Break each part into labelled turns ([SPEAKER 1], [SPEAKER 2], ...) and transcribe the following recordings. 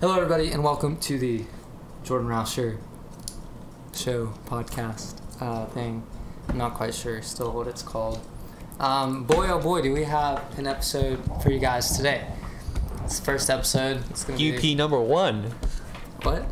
[SPEAKER 1] Hello, everybody, and welcome to the Jordan Rauscher show podcast uh, thing. I'm not quite sure still what it's called. Um, boy, oh boy, do we have an episode for you guys today. It's the first episode. It's gonna be
[SPEAKER 2] EP number one.
[SPEAKER 1] what?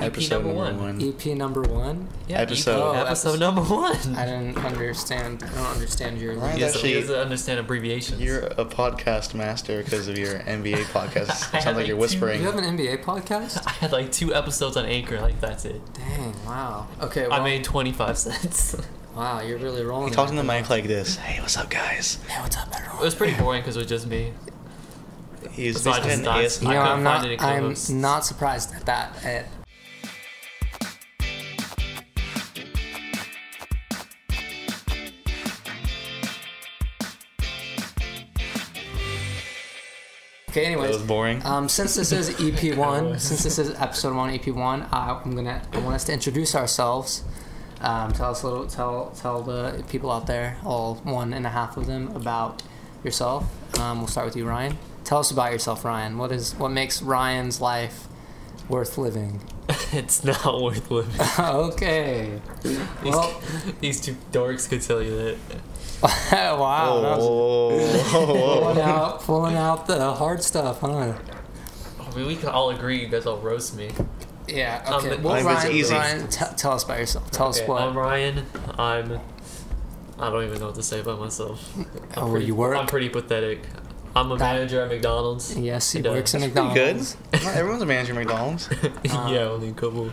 [SPEAKER 2] Episode number E one.
[SPEAKER 1] EP number one?
[SPEAKER 2] Yeah,
[SPEAKER 3] Episode.
[SPEAKER 2] EP,
[SPEAKER 1] Oh,
[SPEAKER 2] episode
[SPEAKER 1] episode.
[SPEAKER 2] number one.
[SPEAKER 1] I didn't understand. I don't understand your
[SPEAKER 3] Right.
[SPEAKER 1] language.
[SPEAKER 2] He doesn't, he
[SPEAKER 3] Actually-
[SPEAKER 2] doesn't understand abbreviations.
[SPEAKER 3] You're a podcast master because of your NBA podcast.
[SPEAKER 2] I
[SPEAKER 3] It
[SPEAKER 2] like
[SPEAKER 3] sounds like you're
[SPEAKER 2] to-
[SPEAKER 3] whispering.
[SPEAKER 1] You have an NBA podcast?
[SPEAKER 2] I had like two episodes on Anchor. Like that's it.
[SPEAKER 1] Dang! Wow. Okay. Well,
[SPEAKER 2] I made twenty five cents. it
[SPEAKER 1] wow, you're really rolling.
[SPEAKER 3] You talk in the mic like this. Hey, what's up, guys?
[SPEAKER 1] Hey, what's up, everyone?
[SPEAKER 2] was pretty boring because it was just me.
[SPEAKER 3] He's
[SPEAKER 2] Besides
[SPEAKER 3] he's an
[SPEAKER 2] us,
[SPEAKER 3] AS-
[SPEAKER 1] You
[SPEAKER 2] I
[SPEAKER 1] know,
[SPEAKER 2] couldn't
[SPEAKER 1] I'm
[SPEAKER 2] find
[SPEAKER 1] not.
[SPEAKER 2] any
[SPEAKER 1] I'm
[SPEAKER 2] co-hosts.
[SPEAKER 1] not surprised at that. Eh, Okay.
[SPEAKER 3] That was
[SPEAKER 1] Anyways,
[SPEAKER 3] boring.
[SPEAKER 1] um, since this is EP one, since this is episode one, EP one, I, I'm gonna. I want us to introduce ourselves. Um, tell us a little. Tell tell the people out there, all one and a half of them, about yourself. Um, we'll start with you, Ryan. Tell us about yourself, Ryan. What is what makes Ryan's life worth living?
[SPEAKER 2] it's not worth living.
[SPEAKER 1] okay.
[SPEAKER 2] These,
[SPEAKER 1] Well-
[SPEAKER 2] these two dorks could tell you that.
[SPEAKER 1] wow. that was-
[SPEAKER 3] whoa, whoa, whoa,
[SPEAKER 1] Pulling
[SPEAKER 3] whoa.
[SPEAKER 1] out, pulling out the hard stuff,
[SPEAKER 2] Um,
[SPEAKER 1] huh?
[SPEAKER 2] I mean, we can all agree you guys all roast me.
[SPEAKER 1] Yeah.
[SPEAKER 2] Um,
[SPEAKER 1] Okay.
[SPEAKER 2] but-
[SPEAKER 1] well,
[SPEAKER 3] Life is
[SPEAKER 1] Ryan,
[SPEAKER 3] easy.
[SPEAKER 1] Ryan t- tell us about yourself. Tell us
[SPEAKER 2] Okay,
[SPEAKER 1] what.
[SPEAKER 2] I'm Ryan. I'm. I don't even know what to say about myself. I'm
[SPEAKER 1] Oh,
[SPEAKER 2] pretty,
[SPEAKER 1] you work?
[SPEAKER 2] I'm pretty pathetic. I'm a
[SPEAKER 1] That-
[SPEAKER 2] manager at McDonald's.
[SPEAKER 1] Yes, he
[SPEAKER 2] It does.
[SPEAKER 1] works in
[SPEAKER 3] Pretty good.
[SPEAKER 1] McDonald's.
[SPEAKER 3] Not everyone's a manager at McDonald's.
[SPEAKER 2] yeah,
[SPEAKER 1] Uh,
[SPEAKER 2] only a couple.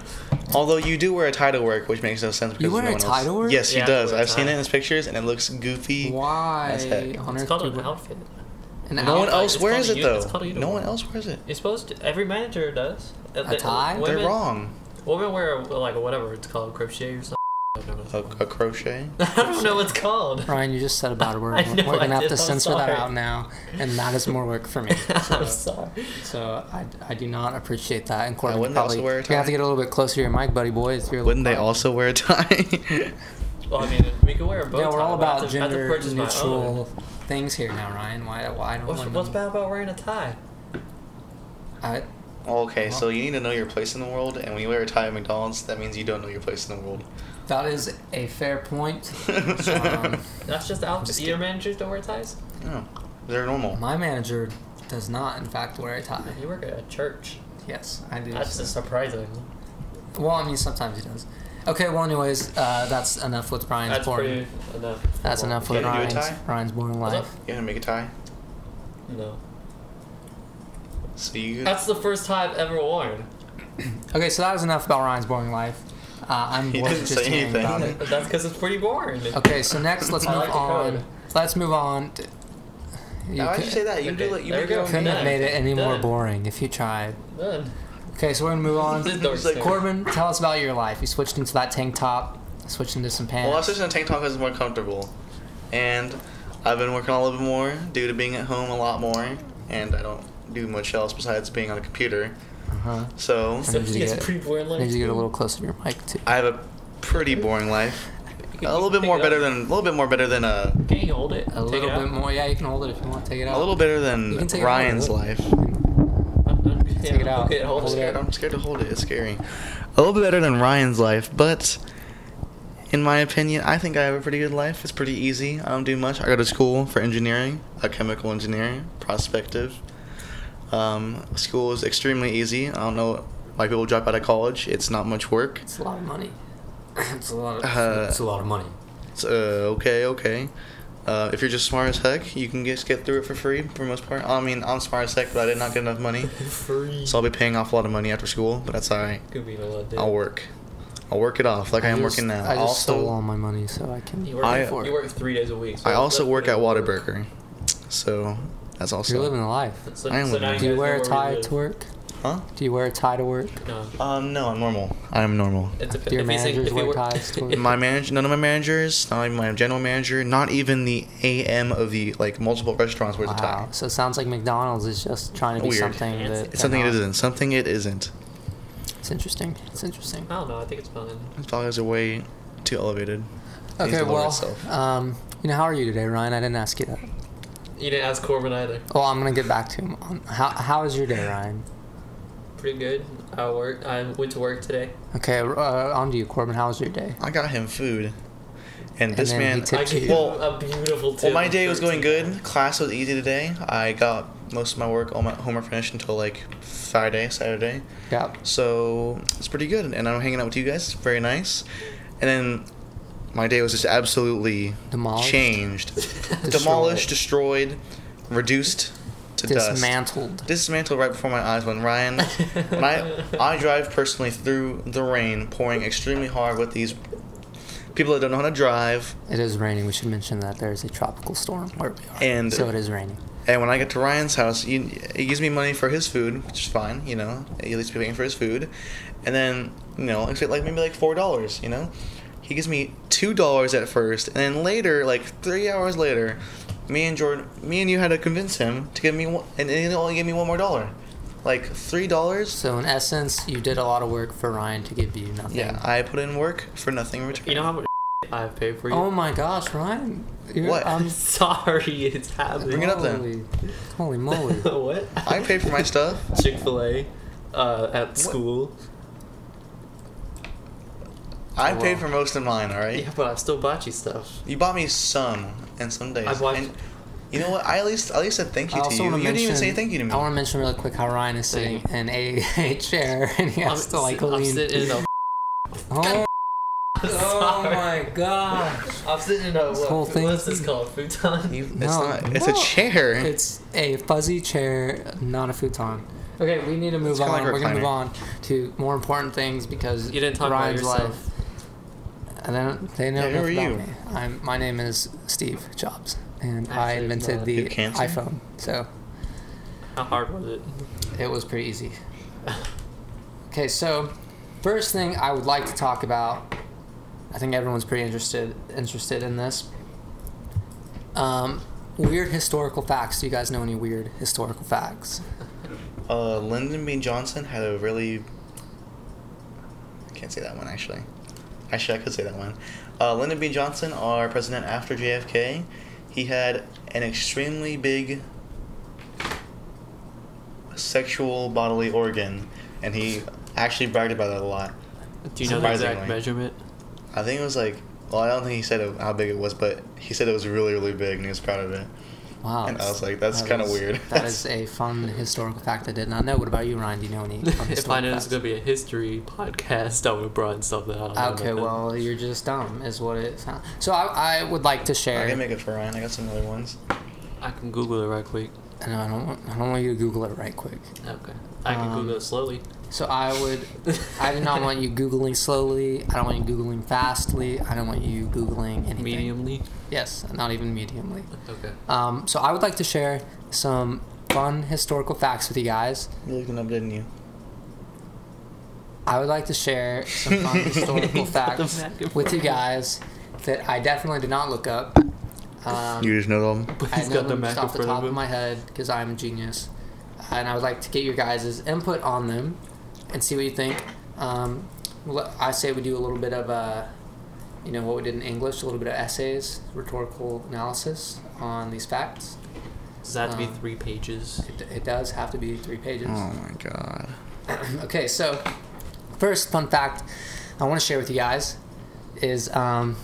[SPEAKER 3] Although you do wear a tie to work, which makes no sense. Because
[SPEAKER 1] wear
[SPEAKER 3] no
[SPEAKER 1] a
[SPEAKER 3] one
[SPEAKER 1] tie
[SPEAKER 3] else.
[SPEAKER 1] to work?
[SPEAKER 3] Yes, he
[SPEAKER 2] Yeah, I
[SPEAKER 3] does.
[SPEAKER 2] wear a
[SPEAKER 3] I've seen
[SPEAKER 2] tie.
[SPEAKER 3] it in his pictures, and it looks goofy.
[SPEAKER 1] Why
[SPEAKER 3] That's heck.
[SPEAKER 1] on
[SPEAKER 2] It's
[SPEAKER 1] earth?
[SPEAKER 2] called
[SPEAKER 1] would
[SPEAKER 2] an
[SPEAKER 1] we-
[SPEAKER 2] outfit.
[SPEAKER 1] An
[SPEAKER 2] No
[SPEAKER 3] No one
[SPEAKER 1] outfit?
[SPEAKER 3] else
[SPEAKER 2] It's
[SPEAKER 3] wears
[SPEAKER 2] called a
[SPEAKER 3] it
[SPEAKER 2] u- it's
[SPEAKER 3] though.
[SPEAKER 2] called a
[SPEAKER 3] No one
[SPEAKER 2] uniform.
[SPEAKER 3] else wears it.
[SPEAKER 2] You're supposed to. Every manager does. Uh,
[SPEAKER 1] A tie?
[SPEAKER 2] Women,
[SPEAKER 3] They're wrong.
[SPEAKER 2] Women wear like whatever it's called, crochet or something. I don't know what it's
[SPEAKER 3] A,
[SPEAKER 2] called.
[SPEAKER 3] a crochet.
[SPEAKER 2] I don't know what's called.
[SPEAKER 1] Ryan, you just said a bad word.
[SPEAKER 2] I know
[SPEAKER 1] We're
[SPEAKER 2] I
[SPEAKER 1] gonna have
[SPEAKER 2] did,
[SPEAKER 1] to
[SPEAKER 2] I'm
[SPEAKER 1] censor
[SPEAKER 2] sorry.
[SPEAKER 1] that out now, and that is more work for me.
[SPEAKER 2] I'm sorry.
[SPEAKER 1] So I, I do not appreciate that. And Corbin,
[SPEAKER 3] wouldn't they
[SPEAKER 1] probably
[SPEAKER 3] also wear a
[SPEAKER 1] you're gonna have to
[SPEAKER 3] tie?
[SPEAKER 1] get a little bit closer to your mic, buddy boy. If you're
[SPEAKER 3] Wouldn't they also wear a tie?
[SPEAKER 2] Well, I mean, we could wear a bow tie.
[SPEAKER 1] Yeah, we're all
[SPEAKER 2] but I have
[SPEAKER 1] about
[SPEAKER 2] to- I have to
[SPEAKER 1] gender
[SPEAKER 2] purchase my own.
[SPEAKER 1] neutral things here now, Ryan. Why? Why don't
[SPEAKER 2] What's,
[SPEAKER 1] women-
[SPEAKER 2] what's bad about wearing a tie?
[SPEAKER 1] I,
[SPEAKER 3] Okay,
[SPEAKER 1] Uh-huh.
[SPEAKER 3] so you need to know your place in the world, and when you wear a tie at McDonald's, that means you don't know your place in the world.
[SPEAKER 1] that is a fair point. Um,
[SPEAKER 2] That's just the outfit. Your managers don't wear ties.
[SPEAKER 3] No, Oh, they're normal.
[SPEAKER 1] my manager does not, in fact, wear a tie.
[SPEAKER 2] You work at a church.
[SPEAKER 1] Yes, I do.
[SPEAKER 2] That's just surprising.
[SPEAKER 1] Well, I mean, sometimes he does. Okay, well, anyways, uh, that's enough with Ryan's
[SPEAKER 2] That's
[SPEAKER 1] boring.
[SPEAKER 2] pretty enough.
[SPEAKER 1] that's enough with
[SPEAKER 3] Yeah, you do a
[SPEAKER 1] Ryan's,
[SPEAKER 3] tie?
[SPEAKER 1] Ryan's boring
[SPEAKER 2] What's
[SPEAKER 1] life.
[SPEAKER 2] up?
[SPEAKER 3] You gonna make a tie?
[SPEAKER 2] No.
[SPEAKER 3] So you.
[SPEAKER 2] That's the first tie I've ever worn.
[SPEAKER 1] Okay, so that was enough about Ryan's boring life. Uh, I'm
[SPEAKER 3] He
[SPEAKER 1] bored
[SPEAKER 3] didn't
[SPEAKER 1] just
[SPEAKER 3] say
[SPEAKER 1] hearing
[SPEAKER 3] anything.
[SPEAKER 1] about it.
[SPEAKER 2] But that's because it's pretty boring.
[SPEAKER 1] Okay, so next, let's
[SPEAKER 2] I
[SPEAKER 1] move
[SPEAKER 2] like the
[SPEAKER 1] on.
[SPEAKER 2] code.
[SPEAKER 1] Let's move on. To, you
[SPEAKER 3] Why'd
[SPEAKER 1] cou-
[SPEAKER 3] you say that? You
[SPEAKER 2] Okay,
[SPEAKER 3] do like you
[SPEAKER 2] there
[SPEAKER 3] make
[SPEAKER 2] we
[SPEAKER 3] your
[SPEAKER 2] go.
[SPEAKER 3] own
[SPEAKER 1] couldn't
[SPEAKER 2] Done.
[SPEAKER 1] have made it any more
[SPEAKER 2] Done.
[SPEAKER 1] boring if you tried.
[SPEAKER 2] Done.
[SPEAKER 1] Okay, so we're gonna move
[SPEAKER 2] This
[SPEAKER 1] on.
[SPEAKER 2] dork
[SPEAKER 3] It's like
[SPEAKER 2] thing.
[SPEAKER 1] Corbin, tell us about your life. You switched into that tank top, switched into some pants.
[SPEAKER 3] Well, I was just in a tank top because it's more comfortable, and I've been working a little bit more due to being at home a lot more, and I don't do much else besides being on a computer.
[SPEAKER 1] uh-huh.
[SPEAKER 3] So
[SPEAKER 1] I need you to
[SPEAKER 2] It's
[SPEAKER 1] get-
[SPEAKER 2] pretty boring.
[SPEAKER 1] I
[SPEAKER 2] Like,
[SPEAKER 1] need you to get a little closer to your mic too.
[SPEAKER 3] I have a pretty boring life.
[SPEAKER 2] You
[SPEAKER 3] A little bit
[SPEAKER 2] pick
[SPEAKER 3] more
[SPEAKER 2] it
[SPEAKER 3] better
[SPEAKER 2] up.
[SPEAKER 3] than a little bit more better than uh,
[SPEAKER 2] Can you hold it?
[SPEAKER 1] A little bit more. Yeah, you can hold it if you want. Take it out.
[SPEAKER 3] a little better
[SPEAKER 1] You
[SPEAKER 3] than
[SPEAKER 1] can take it out.
[SPEAKER 3] Ryan's life.
[SPEAKER 2] more.
[SPEAKER 1] Take it out.
[SPEAKER 2] Okay, hold
[SPEAKER 1] Hold it.
[SPEAKER 2] it.
[SPEAKER 3] scared. I'm scared to hold it. It's scary. A little bit better than Ryan's life, but in my opinion, I think I have a pretty good life. It's pretty easy. I don't do much. I go to school for engineering, a chemical engineering, prospective. Um, school is extremely easy. I don't know why people drop out of college. It's not much work.
[SPEAKER 1] It's a lot of money. It's a lot of.
[SPEAKER 3] Uh,
[SPEAKER 1] it's a lot of money.
[SPEAKER 3] It's uh, okay, okay. Uh, if you're just smart as heck, you can just get through it for free for the most part. I mean, I'm smart as heck, but I did not get enough money,
[SPEAKER 2] Free.
[SPEAKER 3] so I'll be paying off a lot of money after school. But that's alright.
[SPEAKER 2] Could be a lot, dude.
[SPEAKER 3] I'll work. I'll work it off like I, am
[SPEAKER 1] just-
[SPEAKER 3] working now.
[SPEAKER 1] I just stole all
[SPEAKER 3] also,
[SPEAKER 1] my money, so I can.
[SPEAKER 2] You work,
[SPEAKER 3] I-
[SPEAKER 2] you work three days a week. so
[SPEAKER 3] I also
[SPEAKER 2] that's
[SPEAKER 3] work at
[SPEAKER 2] pretty good.
[SPEAKER 3] Whataburger, so that's also.
[SPEAKER 1] You're living a life.
[SPEAKER 2] So,
[SPEAKER 3] I am
[SPEAKER 2] so now
[SPEAKER 3] living.
[SPEAKER 2] you
[SPEAKER 1] Do you wear a
[SPEAKER 2] guys know where we
[SPEAKER 1] tie
[SPEAKER 2] live.
[SPEAKER 1] to work?
[SPEAKER 3] Huh?
[SPEAKER 1] Do you wear a tie to work?
[SPEAKER 2] No.
[SPEAKER 3] Um, no, I'm normal. I'm normal.
[SPEAKER 2] It's a,
[SPEAKER 1] Do your
[SPEAKER 2] if you think-
[SPEAKER 1] managers
[SPEAKER 2] if you
[SPEAKER 1] wear
[SPEAKER 2] were-
[SPEAKER 1] ties to work?
[SPEAKER 3] My manager, none of my managers, not even my general manager, not even the AM of the like multiple restaurants wears a tie.
[SPEAKER 1] Wow. So it sounds like McDonald's is just trying to be
[SPEAKER 3] Weird.
[SPEAKER 1] something
[SPEAKER 2] Fancy.
[SPEAKER 1] that.
[SPEAKER 2] It's
[SPEAKER 1] they're
[SPEAKER 3] It's something it
[SPEAKER 1] not.
[SPEAKER 3] isn't. Something it isn't.
[SPEAKER 1] It's interesting. It's interesting.
[SPEAKER 2] I don't know. I think it's fine.
[SPEAKER 3] It's probably a way too elevated. It needs
[SPEAKER 1] Okay,
[SPEAKER 3] to lower
[SPEAKER 1] well,
[SPEAKER 3] itself.
[SPEAKER 1] um, you know, how are you today, Ryan? I didn't ask you that.
[SPEAKER 2] You didn't ask Corbin either.
[SPEAKER 1] Oh, I'm gonna get back to him. On, how How is your day, Ryan?
[SPEAKER 2] pretty good. I work. I went to work today.
[SPEAKER 1] Okay, uh, on to you, Corbin. How was your day?
[SPEAKER 3] I got him food, and,
[SPEAKER 1] And
[SPEAKER 3] this
[SPEAKER 1] then he
[SPEAKER 3] man.
[SPEAKER 1] tipped
[SPEAKER 2] I gave
[SPEAKER 3] Well-
[SPEAKER 2] him a beautiful tip.
[SPEAKER 3] well, my day
[SPEAKER 2] for
[SPEAKER 3] was going
[SPEAKER 2] today.
[SPEAKER 3] good. Class was easy today. I got most of my work, all my homework finished until like Friday, Saturday.
[SPEAKER 1] Yep.
[SPEAKER 3] So it's pretty good, and I'm hanging out with you guys. It's very nice. And then my day was just absolutely
[SPEAKER 1] Demolished?
[SPEAKER 3] changed, demolished, destroyed, reduced to dust,
[SPEAKER 1] Dismantled.
[SPEAKER 3] dismantled right before my eyes. When Ryan, when I, I drive personally through the rain, pouring extremely hard with these people that don't know how to drive.
[SPEAKER 1] It is raining. We should mention that there is a tropical storm where we are.
[SPEAKER 3] And-
[SPEAKER 1] so it is raining.
[SPEAKER 3] And when I get to Ryan's house, he, he gives me money for his food, which is fine, you know. He leaves me paying for his food, and then you know, it's like maybe like four dollars, you know. He gives me two dollars at first, and then later, like three hours later, me and Jordan, me and you had to convince him to give me one, and he only gave me one more dollar, like three dollars.
[SPEAKER 1] So in essence, you did a lot of work for Ryan to give you nothing.
[SPEAKER 3] Yeah, I put in work for nothing in return.
[SPEAKER 2] You know how much I pay for you?
[SPEAKER 1] Oh my gosh, Ryan! You're,
[SPEAKER 3] What?
[SPEAKER 1] I'm
[SPEAKER 2] I'm sorry, it's
[SPEAKER 3] Bring
[SPEAKER 2] happening.
[SPEAKER 3] it up then.
[SPEAKER 1] holy, holy moly!
[SPEAKER 2] what?
[SPEAKER 3] I pay for my stuff.
[SPEAKER 2] Chick Fil A uh, at school.
[SPEAKER 3] I
[SPEAKER 1] Oh,
[SPEAKER 3] paid
[SPEAKER 1] wow.
[SPEAKER 3] for most of mine. All right.
[SPEAKER 2] Yeah, but I still bought you stuff.
[SPEAKER 3] You bought me some, and some days.
[SPEAKER 2] I bought-
[SPEAKER 3] and you know what? I at least at least said thank
[SPEAKER 1] I
[SPEAKER 3] you to
[SPEAKER 1] also
[SPEAKER 3] you. You
[SPEAKER 1] want to mention.
[SPEAKER 3] didn't even say thank you to me.
[SPEAKER 1] I want to mention really quick how Ryan is sitting in a, a chair and he
[SPEAKER 2] I'm,
[SPEAKER 1] has to like
[SPEAKER 2] sit- I'm
[SPEAKER 1] lean.
[SPEAKER 2] sitting in a.
[SPEAKER 1] oh, oh
[SPEAKER 2] sorry.
[SPEAKER 1] my gosh!
[SPEAKER 2] I'm sitting in a.
[SPEAKER 1] This whole
[SPEAKER 2] What,
[SPEAKER 1] thing-
[SPEAKER 2] what's this called? Futon.
[SPEAKER 3] You, it's
[SPEAKER 1] No.
[SPEAKER 3] not. It's
[SPEAKER 1] Well,
[SPEAKER 3] a chair.
[SPEAKER 1] It's a fuzzy chair, not a futon. Okay, we need to move
[SPEAKER 3] It's
[SPEAKER 1] on.
[SPEAKER 3] kinda like a
[SPEAKER 1] We're gonna
[SPEAKER 3] recliner.
[SPEAKER 1] move on to more important things because
[SPEAKER 2] You didn't talk about
[SPEAKER 1] Ryan's
[SPEAKER 2] yourself.
[SPEAKER 1] life. And then they know
[SPEAKER 3] Yeah,
[SPEAKER 1] enough
[SPEAKER 3] who are
[SPEAKER 1] about
[SPEAKER 3] you?
[SPEAKER 1] me. I'm, my name is Steve Jobs, and I
[SPEAKER 2] Actually,
[SPEAKER 1] invented
[SPEAKER 2] no.
[SPEAKER 1] the
[SPEAKER 3] Good cancer.
[SPEAKER 1] iPhone. So
[SPEAKER 2] How hard was it?
[SPEAKER 1] it was pretty easy. Okay, so first thing I would like to talk about, I think everyone's pretty interested interested in this. Um, weird historical facts. Do you guys know any weird historical facts?
[SPEAKER 3] Uh, Lyndon B. Johnson had a really. I can't say that one actually. Actually, I could say that one. Uh, Lyndon B. Johnson, our president after JFK, he had an extremely big sexual bodily organ, and he actually bragged about it a lot.
[SPEAKER 2] Do you know the exact
[SPEAKER 3] Surprisingly.
[SPEAKER 2] measurement?
[SPEAKER 3] I think it was like. Well, I don't think he said how big it was, but he said it was really, really big, and he was proud of it.
[SPEAKER 1] Wow.
[SPEAKER 3] And I was like, that's kinda
[SPEAKER 1] is-
[SPEAKER 3] weird.
[SPEAKER 1] That is a fun historical fact I did not know. What about you, Ryan? Do you know any? Fun
[SPEAKER 2] if I
[SPEAKER 1] historical
[SPEAKER 2] knew it was
[SPEAKER 1] facts?
[SPEAKER 2] gonna be a history podcast, I would have brought in stuff that I don't know.
[SPEAKER 1] Okay,
[SPEAKER 2] nothing.
[SPEAKER 1] well, you're just dumb, is what it sounds. So I, I would like to share.
[SPEAKER 3] I can make it for Ryan. I got some other ones.
[SPEAKER 2] I can Google it right quick.
[SPEAKER 1] I know I don't. want- I don't want you to Google it right quick.
[SPEAKER 2] Okay. I can
[SPEAKER 1] Um,
[SPEAKER 2] Google it slowly.
[SPEAKER 1] So I would. I do not want you googling slowly. I don't want you googling fastly. I don't want you googling anything.
[SPEAKER 2] Mediumly.
[SPEAKER 1] Yes, not even mediumly.
[SPEAKER 2] Okay.
[SPEAKER 1] Um, so I would like to share some fun historical facts with you guys.
[SPEAKER 3] You looked it up, didn't you?
[SPEAKER 1] I would like to share some fun historical facts
[SPEAKER 2] back in
[SPEAKER 1] with you
[SPEAKER 2] front.
[SPEAKER 1] guys that I definitely did not look up. Um,
[SPEAKER 3] You just know them.
[SPEAKER 2] But
[SPEAKER 1] I
[SPEAKER 2] he's
[SPEAKER 1] know
[SPEAKER 2] got the
[SPEAKER 1] them just
[SPEAKER 2] Mac in
[SPEAKER 1] off the
[SPEAKER 2] front
[SPEAKER 1] top
[SPEAKER 2] of
[SPEAKER 1] of
[SPEAKER 2] him.
[SPEAKER 1] my head because I'm a genius, and I would like to get your guys' input on them and see what you think. Um, le- I say we do a little bit of uh, you know, what we did in English, a little bit of essays, rhetorical analysis on these facts.
[SPEAKER 2] Does that have to be
[SPEAKER 1] Um,
[SPEAKER 2] three pages?
[SPEAKER 1] It, it does have to be three pages.
[SPEAKER 3] Oh my god.
[SPEAKER 1] Okay, so first fun fact I want to share with you guys is um,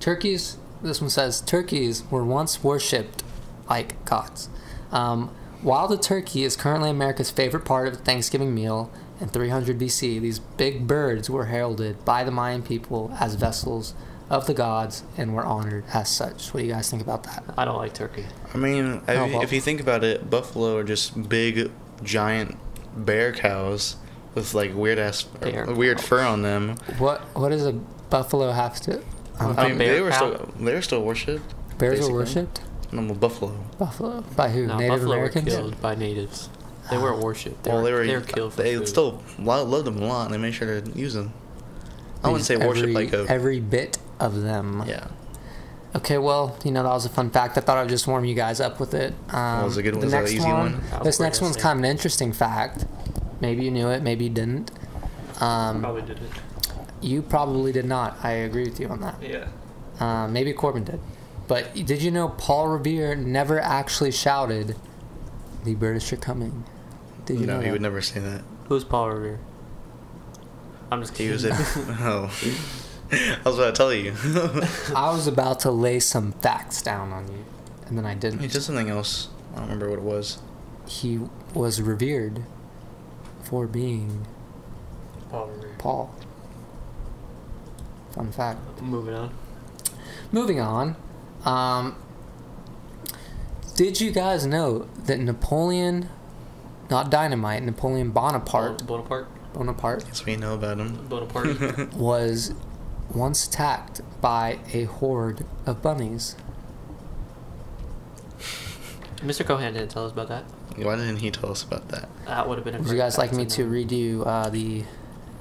[SPEAKER 1] turkeys. This one says turkeys were once worshipped like gods. Um, while the turkey is currently America's favorite part of the Thanksgiving meal, in 300 BC, these big birds were heralded by the Mayan people as vessels of the gods and were honored as such. What do you guys think about that?
[SPEAKER 2] I don't like turkey.
[SPEAKER 3] I mean,
[SPEAKER 1] Oh,
[SPEAKER 3] if,
[SPEAKER 1] well.
[SPEAKER 3] if you think about it, buffalo are just big, giant bear cows with like weird ass,
[SPEAKER 2] Bear
[SPEAKER 3] weird
[SPEAKER 2] cows.
[SPEAKER 3] fur on them.
[SPEAKER 1] What What does a buffalo have to? Um,
[SPEAKER 3] I mean,
[SPEAKER 2] bear
[SPEAKER 3] they were
[SPEAKER 2] cow?
[SPEAKER 3] still they were still worshipped.
[SPEAKER 1] bears
[SPEAKER 3] basically.
[SPEAKER 1] were worshipped.
[SPEAKER 3] No, well, buffalo.
[SPEAKER 1] Buffalo by who?
[SPEAKER 2] No,
[SPEAKER 1] Native
[SPEAKER 2] buffalo
[SPEAKER 1] Americans. Ah.
[SPEAKER 2] were killed by natives. They weren't worshipped. They,
[SPEAKER 3] well,
[SPEAKER 2] were, they were killed. For
[SPEAKER 3] They
[SPEAKER 2] food.
[SPEAKER 3] still lo- loved them a lot, and they made sure to use them. I
[SPEAKER 1] Use
[SPEAKER 3] wouldn't say worship
[SPEAKER 1] every,
[SPEAKER 3] like a
[SPEAKER 1] every bit of them.
[SPEAKER 3] yeah.
[SPEAKER 1] Okay, well, you know that was a fun fact. I thought I'd just warm you guys up with it. Um,
[SPEAKER 3] was a good
[SPEAKER 1] the
[SPEAKER 3] one. Was that
[SPEAKER 1] next
[SPEAKER 3] an easy one?
[SPEAKER 1] This
[SPEAKER 2] Probably
[SPEAKER 1] next one's
[SPEAKER 2] the
[SPEAKER 1] kind of an interesting fact. Maybe you knew it, maybe you didn't. Um,
[SPEAKER 2] Probably did it.
[SPEAKER 1] you probably did not. I agree with you on that.
[SPEAKER 2] Yeah.
[SPEAKER 1] Uh, maybe Corbin did. But did you know Paul Revere never actually shouted, "The British are coming"? Did you
[SPEAKER 3] No,
[SPEAKER 1] know
[SPEAKER 3] he
[SPEAKER 1] that?
[SPEAKER 3] would never say that.
[SPEAKER 2] Who's Paul Revere? I'm just
[SPEAKER 3] He
[SPEAKER 2] kidding.
[SPEAKER 3] was a. oh. I was about to tell you.
[SPEAKER 1] I was about to lay some facts down on you, and then I
[SPEAKER 3] he
[SPEAKER 1] didn't.
[SPEAKER 3] did something else. I don't remember what it was.
[SPEAKER 1] He was revered for being
[SPEAKER 2] Paul Revere.
[SPEAKER 1] Paul. Fun fact.
[SPEAKER 2] Moving on.
[SPEAKER 1] Moving on. Um, did you guys know that Napoleon, not dynamite, Napoleon Bonaparte,
[SPEAKER 2] Bon- Bonaparte.
[SPEAKER 1] Bonaparte
[SPEAKER 3] That's what you know about him.
[SPEAKER 2] Bonaparte.
[SPEAKER 1] was once attacked by a horde of bunnies.
[SPEAKER 2] Mr. Cohan didn't tell us about that.
[SPEAKER 3] Why didn't he tell us about that?
[SPEAKER 2] That would have been a
[SPEAKER 1] Would you
[SPEAKER 2] great
[SPEAKER 1] guys like
[SPEAKER 2] fact
[SPEAKER 1] me to
[SPEAKER 2] know.
[SPEAKER 1] read you uh, the?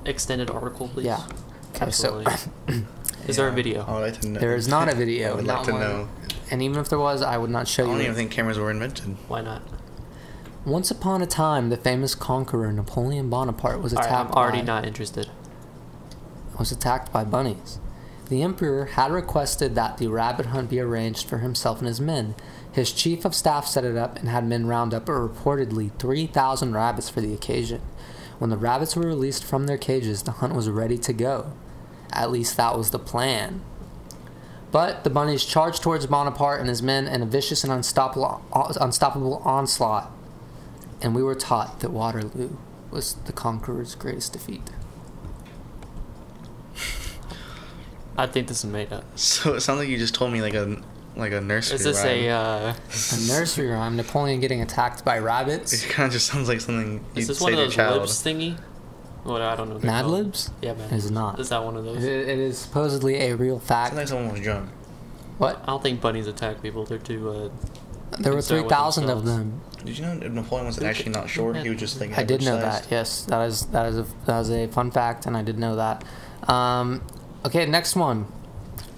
[SPEAKER 2] extended article, please?
[SPEAKER 1] Yeah. Okay, so
[SPEAKER 2] Absolutely. Is there a
[SPEAKER 3] Yeah,
[SPEAKER 2] video?
[SPEAKER 3] I would like to know.
[SPEAKER 1] there is not a
[SPEAKER 3] I
[SPEAKER 1] video.
[SPEAKER 3] would
[SPEAKER 1] not
[SPEAKER 3] like to
[SPEAKER 1] one.
[SPEAKER 3] know.
[SPEAKER 1] And even if there was, I would not show
[SPEAKER 3] I don't
[SPEAKER 1] you.
[SPEAKER 3] even think cameras were invented.
[SPEAKER 2] Why not?
[SPEAKER 1] Once upon a time, the famous conqueror Napoleon Bonaparte was
[SPEAKER 2] All right,
[SPEAKER 1] attacked.
[SPEAKER 2] I'm already
[SPEAKER 1] by-
[SPEAKER 2] not interested.
[SPEAKER 1] was attacked by bunnies. The emperor had requested that the rabbit hunt be arranged for himself and his men. His chief of staff set it up and had men round up reportedly 3,000 rabbits for the occasion. When the rabbits were released from their cages, the hunt was ready to go. At least that was the plan. But the bunnies charged towards Bonaparte and his men in a vicious and unstoppable, unstoppable onslaught, and we were taught that Waterloo was the conqueror's greatest defeat.
[SPEAKER 2] I think this is made up.
[SPEAKER 3] So it sounds like you just told me like a like a nursery.
[SPEAKER 2] Is this
[SPEAKER 3] rhyme.
[SPEAKER 2] a? Uh,
[SPEAKER 1] A nursery rhyme, Napoleon getting attacked by rabbits.
[SPEAKER 3] It kind of just sounds like something you'd
[SPEAKER 2] is this
[SPEAKER 3] say
[SPEAKER 2] one of
[SPEAKER 3] to a
[SPEAKER 2] those
[SPEAKER 3] child.
[SPEAKER 2] libs thingy? What I don't know. what they're
[SPEAKER 1] Mad
[SPEAKER 2] called.
[SPEAKER 1] Libs?
[SPEAKER 2] Yeah, man.
[SPEAKER 1] It is not.
[SPEAKER 2] Is that one of
[SPEAKER 1] It,
[SPEAKER 2] those?
[SPEAKER 1] it is supposedly a real fact.
[SPEAKER 3] Sounds like someone was drunk.
[SPEAKER 1] What?
[SPEAKER 2] I don't think bunnies attack people. They're too. Uh,
[SPEAKER 1] There were
[SPEAKER 2] concerned with
[SPEAKER 1] 3,000 of
[SPEAKER 2] themselves.
[SPEAKER 1] them.
[SPEAKER 3] Did you know that Napoleon was actually not short? He was just like.
[SPEAKER 1] I did know
[SPEAKER 3] average-sized?
[SPEAKER 1] that. Yes, that is that is a that is a fun fact, and I did know that. Um, okay, next one.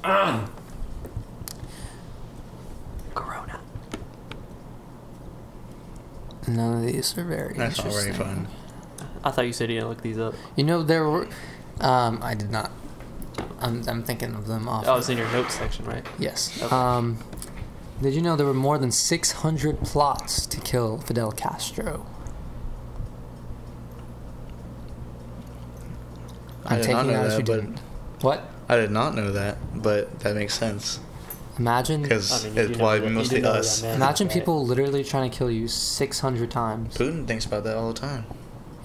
[SPEAKER 2] Corona.
[SPEAKER 1] None of these are very
[SPEAKER 3] That's not
[SPEAKER 1] interesting.
[SPEAKER 3] very fun.
[SPEAKER 2] I thought you said you didn't look these up.
[SPEAKER 1] You know there were. Um, I did not. I'm, I'm thinking of them off.
[SPEAKER 2] Oh, it's in your notes section, right?
[SPEAKER 1] Yes.
[SPEAKER 2] Okay.
[SPEAKER 1] Um, did you know there were more than 600 plots to kill Fidel Castro?
[SPEAKER 3] I did not know
[SPEAKER 1] as
[SPEAKER 3] that,
[SPEAKER 1] you
[SPEAKER 3] but-
[SPEAKER 1] didn't. What?
[SPEAKER 3] I did not know that, but that makes sense
[SPEAKER 1] Imagine.
[SPEAKER 2] I
[SPEAKER 3] because
[SPEAKER 2] mean, you do
[SPEAKER 3] it's
[SPEAKER 2] know that-
[SPEAKER 3] probably
[SPEAKER 2] you do
[SPEAKER 3] mostly
[SPEAKER 2] know that,
[SPEAKER 3] us.
[SPEAKER 2] man.
[SPEAKER 1] Imagine
[SPEAKER 2] Right.
[SPEAKER 1] people literally trying to kill you 600 times.
[SPEAKER 3] Putin thinks about that all the time.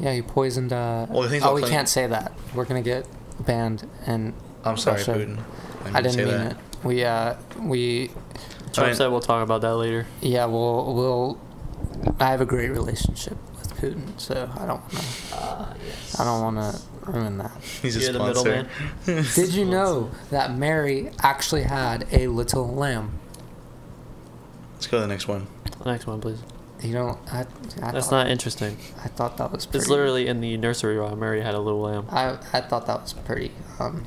[SPEAKER 1] Yeah, you poisoned. Uh,
[SPEAKER 3] Well, the thing's
[SPEAKER 1] oh,
[SPEAKER 3] all
[SPEAKER 1] we
[SPEAKER 3] clean.
[SPEAKER 1] can't say that. We're gonna get banned. And
[SPEAKER 3] I'm sorry,
[SPEAKER 1] Russia.
[SPEAKER 3] Putin.
[SPEAKER 1] I, didn't mean it. We uh, we
[SPEAKER 2] Trump
[SPEAKER 3] Alright.
[SPEAKER 2] said we'll talk about that later.
[SPEAKER 1] yeah, we'll we'll. I have a great relationship with Putin, so I don't wanna,
[SPEAKER 2] Uh, yes.
[SPEAKER 1] I don't want to ruin that.
[SPEAKER 3] He's a
[SPEAKER 2] You're the
[SPEAKER 3] sponsor.
[SPEAKER 1] Did you know that Mary actually had a little lamb?
[SPEAKER 3] Let's go to the next one.
[SPEAKER 2] Next one, please.
[SPEAKER 1] You know, I, I,
[SPEAKER 2] That's
[SPEAKER 1] thought,
[SPEAKER 2] not interesting.
[SPEAKER 1] I thought that was pretty.
[SPEAKER 2] It's literally in the nursery rhyme. Mary had a little lamb.
[SPEAKER 1] I, I thought that was pretty. Um,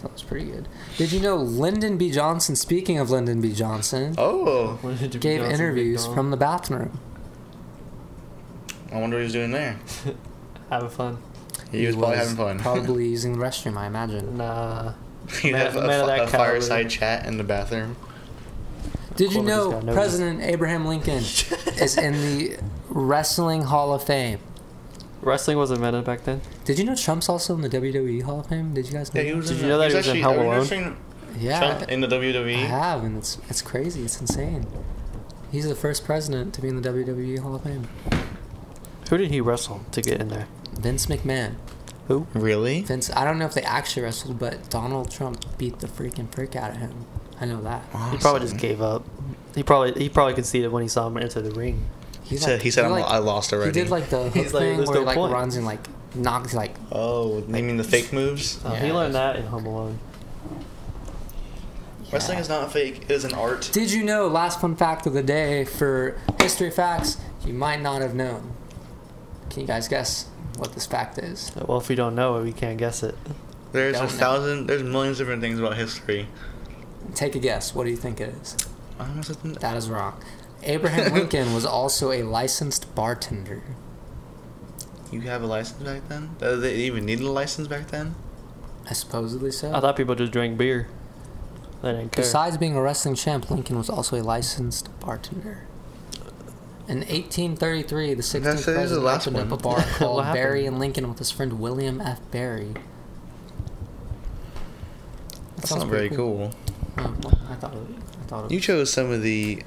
[SPEAKER 1] that was pretty good. Did you know Lyndon B. Johnson? Speaking of Lyndon B. Johnson,
[SPEAKER 3] Oh,
[SPEAKER 1] gave interviews from the bathroom.
[SPEAKER 3] I wonder what he was doing there.
[SPEAKER 2] Having fun.
[SPEAKER 3] He, was, probably having fun.
[SPEAKER 1] probably using the restroom, I imagine.
[SPEAKER 2] Nah.
[SPEAKER 3] He'd
[SPEAKER 2] Man-
[SPEAKER 3] have a,
[SPEAKER 2] man of
[SPEAKER 3] fi-
[SPEAKER 2] that
[SPEAKER 3] a fireside
[SPEAKER 2] caliber.
[SPEAKER 3] chat in the bathroom.
[SPEAKER 1] Did you
[SPEAKER 2] Well, this guy
[SPEAKER 1] know
[SPEAKER 2] knows.
[SPEAKER 1] President Abraham Lincoln is in the Wrestling Hall of Fame?
[SPEAKER 2] Wrestling wasn't invented back then.
[SPEAKER 1] Did you know Trump's also in the WWE Hall of Fame? Did you guys know?
[SPEAKER 3] Yeah, he was
[SPEAKER 2] Did
[SPEAKER 3] in
[SPEAKER 2] you
[SPEAKER 3] the-
[SPEAKER 2] know that
[SPEAKER 3] he's
[SPEAKER 2] he was in
[SPEAKER 3] actually-
[SPEAKER 2] Home
[SPEAKER 3] have you ever
[SPEAKER 2] Alone?
[SPEAKER 3] seen
[SPEAKER 1] that? Yeah,
[SPEAKER 3] Trump in the
[SPEAKER 1] I
[SPEAKER 2] E?
[SPEAKER 3] WWE?
[SPEAKER 1] have, and it's it's crazy. It's insane. He's the first president to be in the WWE Hall of Fame.
[SPEAKER 2] Who did he wrestle to get in there?
[SPEAKER 1] Vince McMahon.
[SPEAKER 2] Who?
[SPEAKER 3] Really?
[SPEAKER 1] Vince, I don't know if they actually wrestled, but Donald Trump beat the freaking frick out of him. I know that.
[SPEAKER 2] He probably just gave up. He probably he probably conceded when he saw him enter the ring.
[SPEAKER 1] He
[SPEAKER 3] said- he said, "I'm- I lost
[SPEAKER 1] He
[SPEAKER 3] already."
[SPEAKER 1] did like the hook
[SPEAKER 2] He's like,
[SPEAKER 1] thing
[SPEAKER 2] "There's
[SPEAKER 1] where
[SPEAKER 2] no
[SPEAKER 1] he like
[SPEAKER 2] point."
[SPEAKER 1] runs and like knocks like.
[SPEAKER 3] Oh, you mean the fake moves?
[SPEAKER 2] Uh,
[SPEAKER 1] Yeah.
[SPEAKER 2] He learned that in Home Alone.
[SPEAKER 3] Wrestling is not fake. It is an art.
[SPEAKER 1] Did you know? Last fun fact of the day for history facts you might not have known. Can you guys guess what this fact is?
[SPEAKER 2] Well, if we don't know it, we can't guess it.
[SPEAKER 3] There's a
[SPEAKER 1] Don't know.
[SPEAKER 3] thousand. There's millions of different things about history.
[SPEAKER 1] Take a guess. What do you think it is?
[SPEAKER 3] I must have been-
[SPEAKER 1] That is wrong. Abraham Lincoln was also a licensed bartender.
[SPEAKER 3] You have a license back then? Uh, They even needed a license back then?
[SPEAKER 1] I supposedly so.
[SPEAKER 2] I thought people just drank beer. They didn't care.
[SPEAKER 1] Besides being a wrestling champ, Lincoln was also a licensed bartender. In 1833, the 16th
[SPEAKER 3] That's- that is the
[SPEAKER 1] president
[SPEAKER 3] last
[SPEAKER 1] opened up
[SPEAKER 3] one.
[SPEAKER 1] a bar called
[SPEAKER 2] What happened?
[SPEAKER 1] Barry and Lincoln with his friend William F. Barry. That
[SPEAKER 3] That's
[SPEAKER 1] sounds
[SPEAKER 3] not very
[SPEAKER 1] pretty
[SPEAKER 3] cool.
[SPEAKER 1] Um, well, I thought it, I thought it
[SPEAKER 3] You chose some of the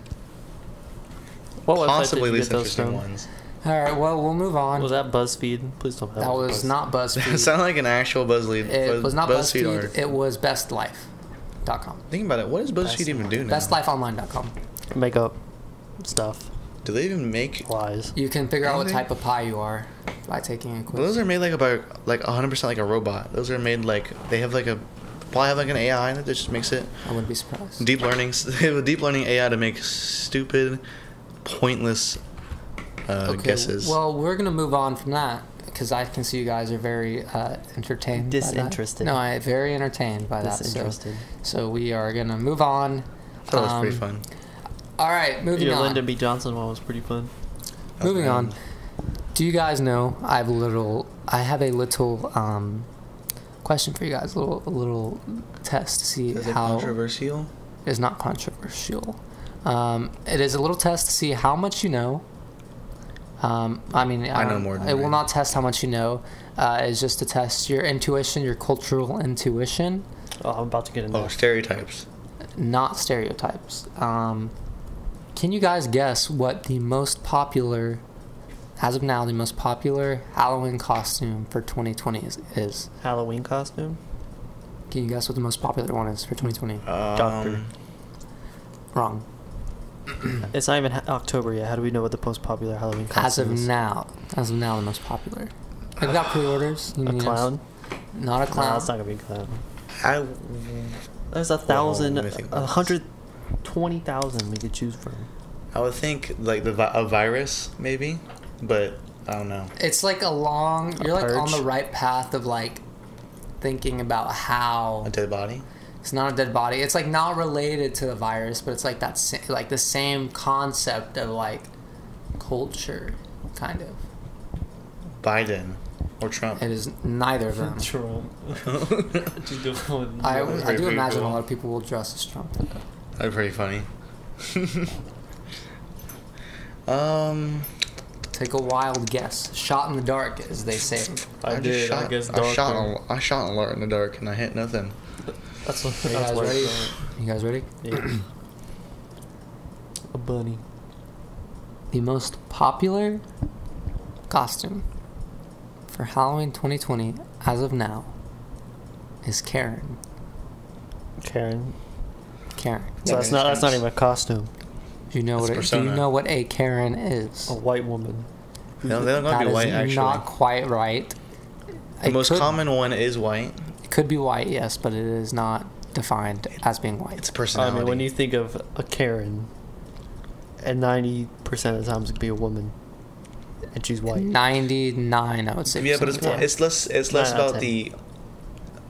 [SPEAKER 2] What website
[SPEAKER 3] possibly
[SPEAKER 2] did you get
[SPEAKER 3] least
[SPEAKER 2] those
[SPEAKER 3] interesting
[SPEAKER 2] from?
[SPEAKER 3] ones.
[SPEAKER 1] All right, well, we'll move on.
[SPEAKER 2] Was that BuzzFeed? Please don't have
[SPEAKER 1] that was not
[SPEAKER 3] That
[SPEAKER 1] BuzzFeed.
[SPEAKER 3] sounded like an actual BuzzFeed.
[SPEAKER 1] it
[SPEAKER 3] Buzz-
[SPEAKER 1] was not
[SPEAKER 3] BuzzFeed.
[SPEAKER 1] BuzzFeed.
[SPEAKER 3] art.
[SPEAKER 1] It was bestlife.com.
[SPEAKER 3] Think about it. What does BuzzFeed
[SPEAKER 2] Best-
[SPEAKER 3] even do now?
[SPEAKER 1] Bestlifeonline.com.
[SPEAKER 2] Make up stuff.
[SPEAKER 3] Do they even make?
[SPEAKER 2] Lies.
[SPEAKER 1] You can figure out what
[SPEAKER 3] Anything?
[SPEAKER 1] type of pie you are by taking a quiz.
[SPEAKER 3] Those are made like about like 100 percent like a robot. Those are made like they have like a probably have like an AI that just makes it
[SPEAKER 1] I wouldn't be surprised.
[SPEAKER 3] deep learning. They have a deep learning AI to make stupid, pointless uh, guesses.
[SPEAKER 1] Well, we're gonna move on from that because I can see you guys are very uh, entertained. by that.
[SPEAKER 2] Disinterested.
[SPEAKER 1] No, I very entertained by that. So,
[SPEAKER 2] Disinterested.
[SPEAKER 1] so we are gonna move on.
[SPEAKER 3] that was pretty
[SPEAKER 1] Um,
[SPEAKER 3] fun.
[SPEAKER 1] All right, moving
[SPEAKER 2] Your
[SPEAKER 1] on.
[SPEAKER 2] Lyndon B. Johnson one was pretty fun.
[SPEAKER 1] Moving on. Do you guys know I have a little? I have a little um, question for you guys. A little, a little test to see
[SPEAKER 3] Is it
[SPEAKER 1] how
[SPEAKER 3] controversial?
[SPEAKER 1] is not controversial. Um, it is a little test to see how much you know. Um, I mean,
[SPEAKER 3] I know
[SPEAKER 1] don't-
[SPEAKER 3] more than
[SPEAKER 1] it will
[SPEAKER 3] you.
[SPEAKER 1] not test how much you know. Uh, it's just to test your intuition, your cultural intuition,
[SPEAKER 2] Oh, I'm about to get in
[SPEAKER 3] Oh,
[SPEAKER 2] there.
[SPEAKER 3] stereotypes.
[SPEAKER 1] not stereotypes. Um, can you guys guess what the most popular, as of now, the most popular Halloween costume for 2020 is? is?
[SPEAKER 2] Halloween costume?
[SPEAKER 1] Can you guess what the most popular one is for 2020?
[SPEAKER 2] Doctor.
[SPEAKER 3] Um,
[SPEAKER 1] Wrong.
[SPEAKER 2] It's not even ha- October yet. How do we know what the most popular Halloween costume
[SPEAKER 1] As of
[SPEAKER 2] is?
[SPEAKER 1] now, as of now, the most popular. They've got pre-orders. You
[SPEAKER 2] A
[SPEAKER 1] know,
[SPEAKER 2] clown?
[SPEAKER 1] Not a
[SPEAKER 2] No,
[SPEAKER 1] clown.
[SPEAKER 2] it's not gonna be a clown.
[SPEAKER 3] I
[SPEAKER 2] There's a thousand,
[SPEAKER 3] let me think about
[SPEAKER 2] a
[SPEAKER 3] this.
[SPEAKER 2] hundred, twenty thousand we could choose from.
[SPEAKER 3] I would think like the vi- a virus maybe, but I don't know.
[SPEAKER 1] It's like a long.
[SPEAKER 2] A
[SPEAKER 1] you're like on
[SPEAKER 2] purge.
[SPEAKER 1] the right path of like thinking about how
[SPEAKER 3] A dead body.
[SPEAKER 1] it's not a dead body. It's like not related to the virus, but it's like that sa- like the same concept of like culture, kind of.
[SPEAKER 3] Biden or Trump.
[SPEAKER 1] It is neither of them.
[SPEAKER 2] Trump.
[SPEAKER 1] I,
[SPEAKER 3] That's
[SPEAKER 1] I
[SPEAKER 3] pretty
[SPEAKER 1] do imagine a
[SPEAKER 3] cool.
[SPEAKER 1] lot of people will dress as Trump.
[SPEAKER 3] That'd be pretty funny. um,
[SPEAKER 1] Take a wild guess. Shot in the dark, as they say.
[SPEAKER 2] I,
[SPEAKER 3] just
[SPEAKER 2] did.
[SPEAKER 3] Shot,
[SPEAKER 2] I guess
[SPEAKER 3] I shot.
[SPEAKER 2] darker.
[SPEAKER 3] A, I shot a lot in the dark and I hit nothing.
[SPEAKER 2] That's what.
[SPEAKER 1] Are you
[SPEAKER 2] that's
[SPEAKER 1] guys
[SPEAKER 2] what I
[SPEAKER 1] ready?
[SPEAKER 2] thought.
[SPEAKER 1] You guys ready?
[SPEAKER 2] Yeah. a bunny.
[SPEAKER 1] the most popular costume for Halloween 2020 as of now is Karen.
[SPEAKER 2] Karen.
[SPEAKER 1] Karen.
[SPEAKER 2] So that's not. That's not even a costume.
[SPEAKER 1] Do you know what?
[SPEAKER 3] That's
[SPEAKER 1] A, do you
[SPEAKER 3] persona.
[SPEAKER 1] know what a Karen is?
[SPEAKER 2] A white woman.
[SPEAKER 3] No, they don't
[SPEAKER 1] That
[SPEAKER 3] gotta Oh, be
[SPEAKER 1] is
[SPEAKER 3] white actually.
[SPEAKER 1] not quite right.
[SPEAKER 3] the
[SPEAKER 1] It
[SPEAKER 3] most
[SPEAKER 1] could,
[SPEAKER 3] common one is white.
[SPEAKER 1] it could be white, yes, but it is not defined as being white.
[SPEAKER 3] It's
[SPEAKER 2] I
[SPEAKER 3] personality.
[SPEAKER 2] mean, when you think of a Karen, and ninety percent of the times it'd be a woman, and she's
[SPEAKER 3] Mm-hmm.
[SPEAKER 2] white.
[SPEAKER 1] 99, I would say.
[SPEAKER 3] yeah, but it's
[SPEAKER 1] percent
[SPEAKER 3] more.
[SPEAKER 1] of
[SPEAKER 3] It's less. It's
[SPEAKER 2] Nine
[SPEAKER 3] less
[SPEAKER 2] out of
[SPEAKER 3] about
[SPEAKER 2] ten.
[SPEAKER 3] the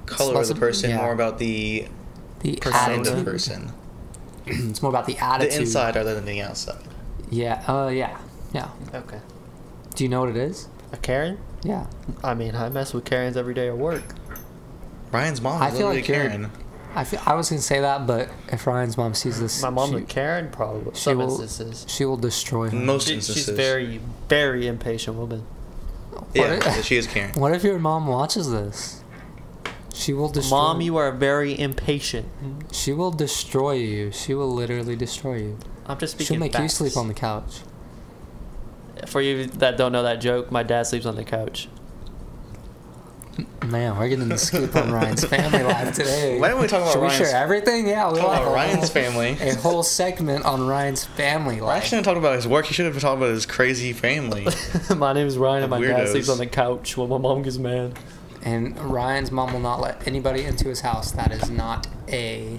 [SPEAKER 3] color
[SPEAKER 1] less
[SPEAKER 3] of the
[SPEAKER 1] ab-
[SPEAKER 3] person,
[SPEAKER 1] yeah.
[SPEAKER 3] more about the
[SPEAKER 1] the
[SPEAKER 3] persona of the
[SPEAKER 1] attitude.
[SPEAKER 3] person.
[SPEAKER 1] It's more about the attitude.
[SPEAKER 3] The inside rather than the outside.
[SPEAKER 1] Yeah. Uh, yeah. Yeah.
[SPEAKER 2] Okay.
[SPEAKER 1] Do you know what it is?
[SPEAKER 2] A Karen?
[SPEAKER 1] Yeah.
[SPEAKER 2] I mean, I mess with Karens every day at work.
[SPEAKER 3] Ryan's mom
[SPEAKER 1] I
[SPEAKER 3] is
[SPEAKER 1] feel
[SPEAKER 3] literally
[SPEAKER 1] like you're-
[SPEAKER 3] Karen.
[SPEAKER 1] I feel I was gonna say that, but if Ryan's mom sees this,
[SPEAKER 2] My mom's
[SPEAKER 1] she,
[SPEAKER 2] a Karen, probably.
[SPEAKER 1] she
[SPEAKER 2] Some
[SPEAKER 1] will-
[SPEAKER 2] instances.
[SPEAKER 1] she will destroy him.
[SPEAKER 3] Most
[SPEAKER 2] She,
[SPEAKER 3] instances.
[SPEAKER 2] she's very, very impatient woman.
[SPEAKER 3] Yeah,
[SPEAKER 1] What if,
[SPEAKER 3] she is Karen.
[SPEAKER 1] what if your mom watches this? She will destroy.
[SPEAKER 2] Mom, you are very impatient.
[SPEAKER 1] She will destroy you. She will literally destroy you.
[SPEAKER 2] I'm just speaking.
[SPEAKER 1] She'll make you
[SPEAKER 2] facts.
[SPEAKER 1] sleep on the couch.
[SPEAKER 2] For you that don't know that joke, my dad sleeps on the couch.
[SPEAKER 1] Man, we're getting the scoop on Ryan's family life today.
[SPEAKER 3] Why don't we talk about
[SPEAKER 1] Should we
[SPEAKER 3] Ryan's-
[SPEAKER 1] share everything? Yeah, we
[SPEAKER 3] Talk
[SPEAKER 1] like
[SPEAKER 3] about
[SPEAKER 1] a
[SPEAKER 3] Ryan's
[SPEAKER 1] whole-
[SPEAKER 3] family.
[SPEAKER 1] A whole segment on Ryan's family
[SPEAKER 3] Ryan
[SPEAKER 1] life.
[SPEAKER 3] shouldn't have talked about his work. He should have talked about his crazy family.
[SPEAKER 2] my name is Ryan, and my dad
[SPEAKER 3] Weirdos.
[SPEAKER 2] sleeps on the couch when my mom gets mad.
[SPEAKER 1] And Ryan's mom will not let anybody into his house that is not a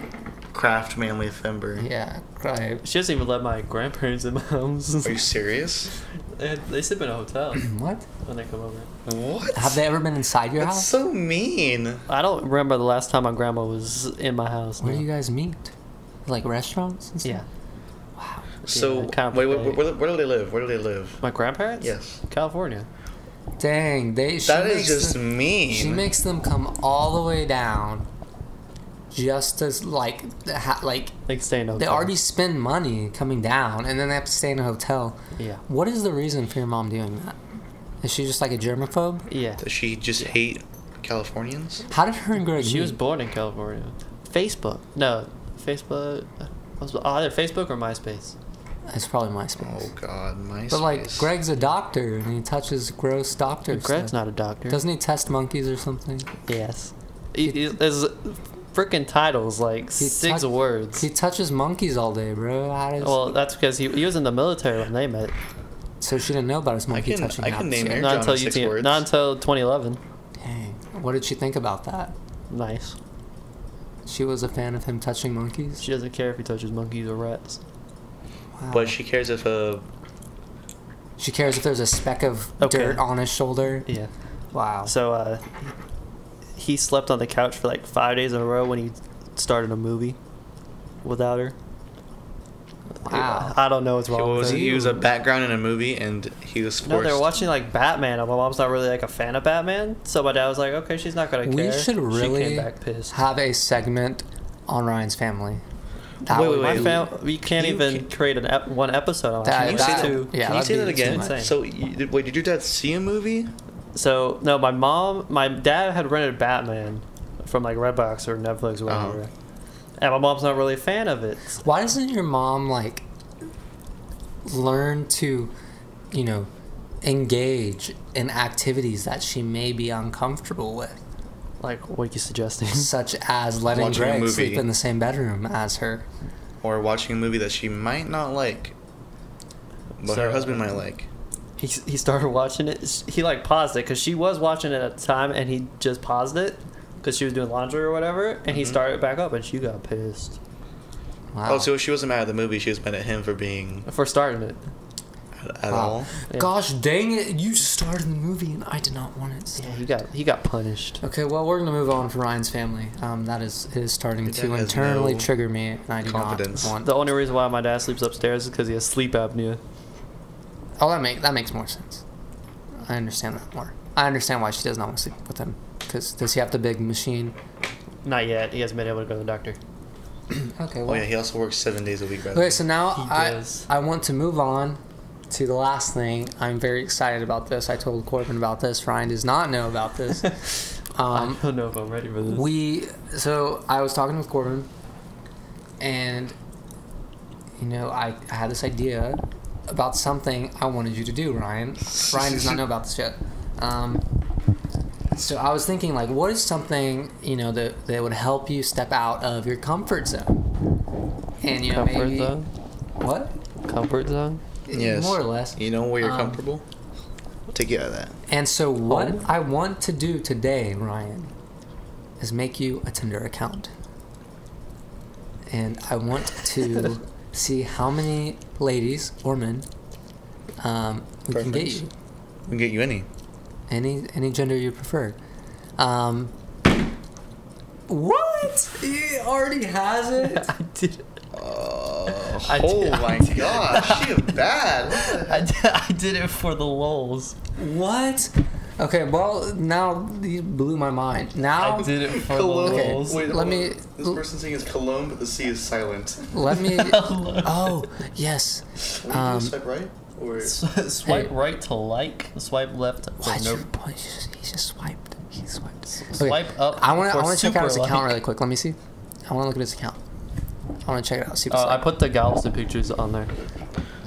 [SPEAKER 3] Craft manly fember.
[SPEAKER 1] yeah. right.
[SPEAKER 2] She doesn't even let my grandparents in my house.
[SPEAKER 3] Are you serious?
[SPEAKER 2] they, they sleep in a hotel
[SPEAKER 1] What?
[SPEAKER 2] when they come over.
[SPEAKER 3] What?
[SPEAKER 1] Have they ever been inside your
[SPEAKER 3] That's
[SPEAKER 1] house?
[SPEAKER 3] so mean.
[SPEAKER 2] I don't remember the last time my grandma was in my house.
[SPEAKER 1] Where
[SPEAKER 2] no.
[SPEAKER 1] do you guys meet? Like restaurants? And stuff?
[SPEAKER 2] Yeah.
[SPEAKER 3] So
[SPEAKER 2] Yeah, kind of
[SPEAKER 3] wait, wait,
[SPEAKER 2] right.
[SPEAKER 3] where, where do they live? Where do they live?
[SPEAKER 2] My grandparents?
[SPEAKER 3] Yes.
[SPEAKER 2] California.
[SPEAKER 1] Dang, they. She
[SPEAKER 3] That is
[SPEAKER 1] makes
[SPEAKER 3] just
[SPEAKER 1] Them,
[SPEAKER 3] mean.
[SPEAKER 1] she makes them come all the way down. just as like ha- like
[SPEAKER 2] Like stay in a
[SPEAKER 1] they
[SPEAKER 2] hotel.
[SPEAKER 1] already spend money coming down, and then they have to stay in a hotel.
[SPEAKER 2] Yeah.
[SPEAKER 1] What is the reason for your mom doing that? Is she just like a germaphobe?
[SPEAKER 2] Yeah.
[SPEAKER 3] Does she just hate Californians?
[SPEAKER 1] How did her and Greg?
[SPEAKER 2] She was
[SPEAKER 1] meet?
[SPEAKER 2] born in California. Facebook. No, Facebook. was Either Facebook or MySpace.
[SPEAKER 1] It's probably MySpace.
[SPEAKER 3] Oh God, MySpace.
[SPEAKER 1] But like Greg's a doctor and he touches gross doctor
[SPEAKER 2] Greg's
[SPEAKER 1] stuff.
[SPEAKER 2] not a doctor.
[SPEAKER 1] Doesn't he test monkeys or something?
[SPEAKER 2] Yes. He, he, his freaking title's like six
[SPEAKER 1] touch-
[SPEAKER 2] words.
[SPEAKER 1] He touches monkeys all day, bro. How does,
[SPEAKER 2] well, that's because he, he was in the military when they met.
[SPEAKER 1] so she didn't know about his monkey
[SPEAKER 3] can-
[SPEAKER 1] touching.
[SPEAKER 3] I can
[SPEAKER 1] habits
[SPEAKER 3] name
[SPEAKER 1] yet.
[SPEAKER 3] Air
[SPEAKER 2] Not
[SPEAKER 3] John
[SPEAKER 2] until,
[SPEAKER 3] is six
[SPEAKER 2] UTM,
[SPEAKER 3] words.
[SPEAKER 2] not until 2011.
[SPEAKER 1] Dang. What did she think about that?
[SPEAKER 2] Nice.
[SPEAKER 1] She was a fan of him touching monkeys.
[SPEAKER 2] She doesn't care if he touches monkeys or rats.
[SPEAKER 1] Wow.
[SPEAKER 3] But she cares if a
[SPEAKER 1] She cares if there's a speck of
[SPEAKER 2] Okay.
[SPEAKER 1] dirt on his shoulder.
[SPEAKER 2] Yeah.
[SPEAKER 1] Wow.
[SPEAKER 2] So uh, he slept on the couch for like five days in a row when he started a movie without her.
[SPEAKER 1] Wow.
[SPEAKER 2] I don't know what's wrong
[SPEAKER 3] what
[SPEAKER 2] with
[SPEAKER 3] was
[SPEAKER 2] her.
[SPEAKER 3] he? He was a background in a movie, and he was forced.
[SPEAKER 2] No, they're watching like Batman. and My mom's not really like a fan of Batman, so my dad was like, "Okay, she's not gonna
[SPEAKER 1] We
[SPEAKER 2] care."
[SPEAKER 1] should
[SPEAKER 2] She
[SPEAKER 1] really
[SPEAKER 2] came back pissed.
[SPEAKER 1] Have a segment on Ryan's family. That
[SPEAKER 3] Wait,
[SPEAKER 1] would
[SPEAKER 3] wait,
[SPEAKER 2] My
[SPEAKER 1] be-
[SPEAKER 3] wait.
[SPEAKER 2] fam- we can't
[SPEAKER 3] You
[SPEAKER 2] even
[SPEAKER 3] can't-
[SPEAKER 2] create an ep- one episode on
[SPEAKER 1] That-
[SPEAKER 3] Can you
[SPEAKER 2] that.
[SPEAKER 1] that-
[SPEAKER 3] say that?
[SPEAKER 1] yeah,
[SPEAKER 3] Can you
[SPEAKER 1] that'd
[SPEAKER 3] say
[SPEAKER 1] be
[SPEAKER 3] that again?
[SPEAKER 2] too much.
[SPEAKER 3] So, you, did- wait, did your dad see a movie?
[SPEAKER 2] So no, my mom, my dad had rented Batman from like Redbox or Netflix or
[SPEAKER 3] Uh-huh.
[SPEAKER 2] whatever, and my mom's not really a fan of it.
[SPEAKER 1] Why doesn't your mom like learn to, you know, engage in activities that she may be uncomfortable with,
[SPEAKER 2] Like, what are you suggesting?
[SPEAKER 1] such as letting
[SPEAKER 3] Watching a
[SPEAKER 1] Greg
[SPEAKER 3] movie.
[SPEAKER 1] sleep in the same bedroom as her?
[SPEAKER 3] Or watching a movie that she might not like, but her
[SPEAKER 2] So-
[SPEAKER 3] husband might like.
[SPEAKER 2] he, he started watching it. Sh- He like paused it because she was watching it at the time, and he just paused it because she was doing laundry or whatever, and he
[SPEAKER 3] Mhm.
[SPEAKER 2] started back up, and she got pissed
[SPEAKER 1] Wow.
[SPEAKER 3] Oh, so she wasn't mad at the movie; she was mad at him for being
[SPEAKER 2] for starting it.
[SPEAKER 3] at, at
[SPEAKER 1] Wow.
[SPEAKER 3] all.
[SPEAKER 2] Yeah.
[SPEAKER 1] Gosh dang it! You started the movie and I did not want it.
[SPEAKER 2] Yeah, he got he got punished.
[SPEAKER 1] Okay, well, we're gonna move on from Ryan's family. Um, that is is starting
[SPEAKER 3] Your
[SPEAKER 1] to
[SPEAKER 3] dad has
[SPEAKER 1] internally
[SPEAKER 3] no
[SPEAKER 1] trigger me, and I do
[SPEAKER 3] confidence.
[SPEAKER 1] not want.
[SPEAKER 2] The only reason why my dad sleeps upstairs is because he has sleep apnea.
[SPEAKER 1] Oh, that make that makes more sense. I understand that more. I understand why she does not want to sleep with him. Cause does he have the big machine?
[SPEAKER 2] Not yet. He hasn't been able to go to the doctor.
[SPEAKER 1] Okay.
[SPEAKER 3] Oh
[SPEAKER 1] Well.
[SPEAKER 3] yeah, he also works seven days a week. By the
[SPEAKER 1] Okay,
[SPEAKER 3] way,
[SPEAKER 1] so now
[SPEAKER 2] He
[SPEAKER 1] I
[SPEAKER 2] does.
[SPEAKER 1] I want to move on to the last thing. I'm very excited about this. I told Corbin about this. Ryan does not know about this. um,
[SPEAKER 2] I don't know if I'm ready for this.
[SPEAKER 1] we so I was talking with Corbin, and you know I, I had this idea about something I wanted you to do, Ryan. Ryan does not know about this yet. Um, so I was thinking like, what is something you know that that would help you step out of your comfort zone? And you know
[SPEAKER 2] comfort
[SPEAKER 1] maybe
[SPEAKER 2] zone.
[SPEAKER 1] what
[SPEAKER 2] Comfort zone.
[SPEAKER 3] yes,
[SPEAKER 1] more or less.
[SPEAKER 3] you know where you're
[SPEAKER 1] Um,
[SPEAKER 3] comfortable. Take you out of that.
[SPEAKER 1] And so what
[SPEAKER 2] Home?
[SPEAKER 1] I want to do today, Ryan, is make you a Tinder account. And I want to see how many ladies or men um, we can get
[SPEAKER 3] Preference?
[SPEAKER 1] you.
[SPEAKER 3] We can get you any.
[SPEAKER 1] Any any gender you prefer. Um, what? He already has it.
[SPEAKER 2] I did.
[SPEAKER 3] Oh,
[SPEAKER 2] I
[SPEAKER 3] oh
[SPEAKER 2] did-
[SPEAKER 3] my gosh, she is bad. What the
[SPEAKER 2] I did, I did it for the lulz.
[SPEAKER 1] What? Okay, well now you blew my mind. Now
[SPEAKER 2] I did it for the
[SPEAKER 3] Cologne.
[SPEAKER 1] Okay,
[SPEAKER 2] lulz.
[SPEAKER 1] wait. let
[SPEAKER 3] hold
[SPEAKER 1] me-
[SPEAKER 3] on. uh, This person saying is cologne, but the C is silent.
[SPEAKER 1] let me.
[SPEAKER 2] Hello.
[SPEAKER 1] Oh yes.
[SPEAKER 3] What do you
[SPEAKER 1] Um,
[SPEAKER 3] do, swipe right? Or
[SPEAKER 2] S- Swipe
[SPEAKER 1] Hey.
[SPEAKER 2] right to like. Swipe left.
[SPEAKER 1] Watch
[SPEAKER 2] no,
[SPEAKER 1] your boy. He just, he just swiped. He swiped.
[SPEAKER 2] Swipe up.
[SPEAKER 1] I want to.
[SPEAKER 2] for
[SPEAKER 1] I want to check out his
[SPEAKER 2] super
[SPEAKER 1] account
[SPEAKER 2] like.
[SPEAKER 1] really quick. Let me see. I want to look at his account. I want to check it out. See. if it's
[SPEAKER 2] Uh, I
[SPEAKER 1] like-
[SPEAKER 2] put the Galveston pictures on there.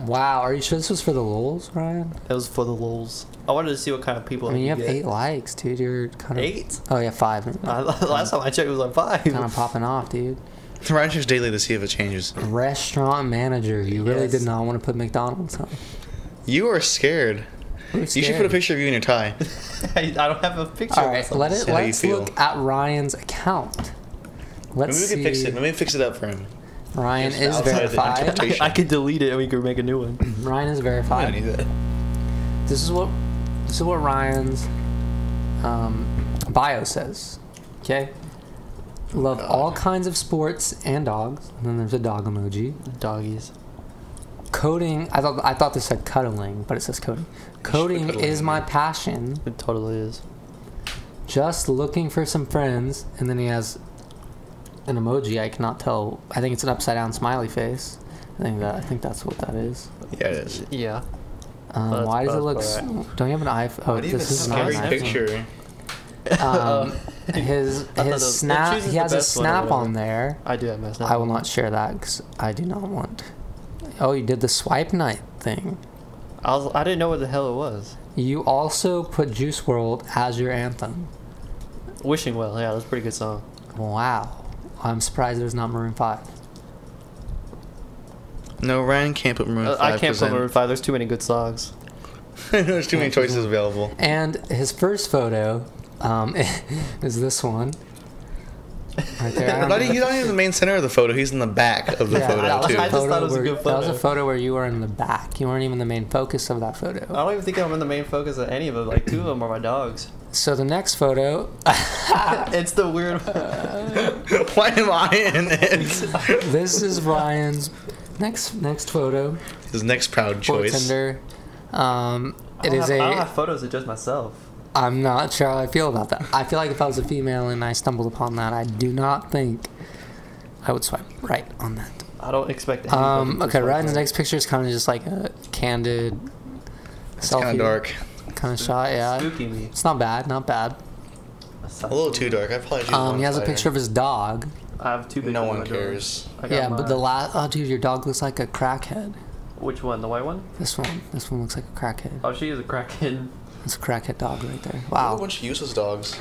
[SPEAKER 1] wow. Are you sure this was for the lols, Ryan?
[SPEAKER 2] It was for the lulz. I wanted to see what kind of people.
[SPEAKER 1] I mean, you have
[SPEAKER 2] could
[SPEAKER 1] eight
[SPEAKER 2] get.
[SPEAKER 1] likes, dude. You're kind of
[SPEAKER 2] Eight?
[SPEAKER 1] Oh yeah, five.
[SPEAKER 2] Uh, last time I checked, it was like five.
[SPEAKER 1] kind of popping off, dude.
[SPEAKER 3] Ryan checks daily to see if it changes.
[SPEAKER 1] Restaurant manager. You really
[SPEAKER 2] Yes.
[SPEAKER 1] did not want to put McDonald's on.
[SPEAKER 3] You are scared.
[SPEAKER 1] We're
[SPEAKER 3] You should put a
[SPEAKER 1] scared.
[SPEAKER 3] picture of you in your tie.
[SPEAKER 2] I, I don't have a picture.
[SPEAKER 1] All
[SPEAKER 2] of
[SPEAKER 1] right,
[SPEAKER 2] myself.
[SPEAKER 1] let it.
[SPEAKER 3] See how you
[SPEAKER 1] Let's
[SPEAKER 3] feel.
[SPEAKER 1] look at Ryan's account. Let's
[SPEAKER 3] Maybe we
[SPEAKER 1] see.
[SPEAKER 3] can fix it. Maybe fix it up for him.
[SPEAKER 1] Ryan
[SPEAKER 3] Yes,
[SPEAKER 1] is
[SPEAKER 3] outside the
[SPEAKER 1] verified.
[SPEAKER 3] interpretation.
[SPEAKER 2] I, I could delete it and we could make a new one.
[SPEAKER 1] Ryan is
[SPEAKER 3] I
[SPEAKER 1] verified.
[SPEAKER 3] don't need that.
[SPEAKER 1] This is what this is what Ryan's um, bio says. Okay. Love all kinds of sports and dogs. And then there's a dog emoji.
[SPEAKER 2] Doggies.
[SPEAKER 1] Coding. I thought I thought this said cuddling, but it says coding. Coding
[SPEAKER 3] cuddling
[SPEAKER 1] is
[SPEAKER 3] in
[SPEAKER 1] my
[SPEAKER 3] there.
[SPEAKER 1] passion.
[SPEAKER 2] It totally is.
[SPEAKER 1] Just looking for some friends. And then he has an emoji. I cannot tell. I think it's an upside down smiley face. I think that I think that's what that is.
[SPEAKER 3] Yeah, it is.
[SPEAKER 2] Yeah.
[SPEAKER 1] Um,
[SPEAKER 2] That's
[SPEAKER 1] why does it
[SPEAKER 2] both
[SPEAKER 1] look? s
[SPEAKER 2] correct.
[SPEAKER 1] Don't you have an iPhone? Oh,
[SPEAKER 4] Why do you
[SPEAKER 1] this
[SPEAKER 4] have a
[SPEAKER 1] is not
[SPEAKER 3] Every
[SPEAKER 1] an
[SPEAKER 4] Nice.
[SPEAKER 1] iPhone.
[SPEAKER 3] picture.
[SPEAKER 1] Um, his
[SPEAKER 2] thought that
[SPEAKER 1] his
[SPEAKER 2] was- it
[SPEAKER 1] snap.
[SPEAKER 2] chooses
[SPEAKER 1] He
[SPEAKER 2] the
[SPEAKER 1] has a
[SPEAKER 2] best one or
[SPEAKER 1] snap
[SPEAKER 2] whatever.
[SPEAKER 1] on there.
[SPEAKER 2] I do have my snap.
[SPEAKER 1] I will not share that because I do not want. Oh, you did the swipe night thing.
[SPEAKER 2] I, was, I didn't know what the hell it was.
[SPEAKER 1] You also put Juice World as your anthem.
[SPEAKER 2] Wishing Well. Yeah, that's a pretty good song.
[SPEAKER 1] Wow, I'm surprised it was not Maroon Five.
[SPEAKER 3] No, Ryan can't put Maroon
[SPEAKER 2] Uh,
[SPEAKER 3] 5.
[SPEAKER 2] I can't put Maroon 5. There's too many good songs.
[SPEAKER 3] There's too many choices available.
[SPEAKER 1] And his first photo um, is this one. Right there. I don't
[SPEAKER 3] Not,
[SPEAKER 1] know.
[SPEAKER 3] even- he's not even the main center of the photo. He's in the back of the
[SPEAKER 1] Yeah,
[SPEAKER 3] photo,
[SPEAKER 1] that was
[SPEAKER 3] too.
[SPEAKER 1] a
[SPEAKER 2] I just
[SPEAKER 1] photo
[SPEAKER 2] thought it was a
[SPEAKER 1] where-
[SPEAKER 2] good
[SPEAKER 1] That was a
[SPEAKER 2] photo.
[SPEAKER 1] photo where you were in the back. You weren't even the main focus of that
[SPEAKER 2] I
[SPEAKER 1] photo.
[SPEAKER 2] don't even think I'm in the main focus of any of them. Like, two of them are my dogs.
[SPEAKER 1] So the next photo,
[SPEAKER 2] it's the weird
[SPEAKER 3] Why am I in it?
[SPEAKER 1] this is Ryan's next next photo
[SPEAKER 3] His next proud
[SPEAKER 1] for
[SPEAKER 3] choice.
[SPEAKER 1] Tinder. Um, it
[SPEAKER 2] I don't
[SPEAKER 1] is
[SPEAKER 2] have- I
[SPEAKER 1] a.
[SPEAKER 2] don't have photos of just myself.
[SPEAKER 1] I'm not sure how I feel about that. I feel like if I was a female and I stumbled upon that, I do not think I would swipe right on that.
[SPEAKER 2] I don't expect. any
[SPEAKER 1] Um,
[SPEAKER 2] photos of
[SPEAKER 1] okay,
[SPEAKER 2] myself.
[SPEAKER 1] Ryan's next picture is kind of just like a candid,
[SPEAKER 3] It's kind of dark.
[SPEAKER 1] kind of shot. Yeah,
[SPEAKER 2] Spooky me.
[SPEAKER 1] it's not bad, not bad.
[SPEAKER 3] A little too dark. I probably should
[SPEAKER 1] Um, he has a picture of his dog.
[SPEAKER 2] I have two. big
[SPEAKER 3] No one
[SPEAKER 2] windows.
[SPEAKER 3] cares.
[SPEAKER 2] I got
[SPEAKER 1] Yeah, but the
[SPEAKER 2] mine.
[SPEAKER 1] last oh dude, your dog looks like a crackhead.
[SPEAKER 2] Which one? The white one?
[SPEAKER 1] This one, this one looks like a crackhead.
[SPEAKER 2] Oh, she is a crackhead.
[SPEAKER 1] It's a crackhead dog right there.
[SPEAKER 3] Wow. a
[SPEAKER 1] Wow,
[SPEAKER 3] bunch of useless dogs.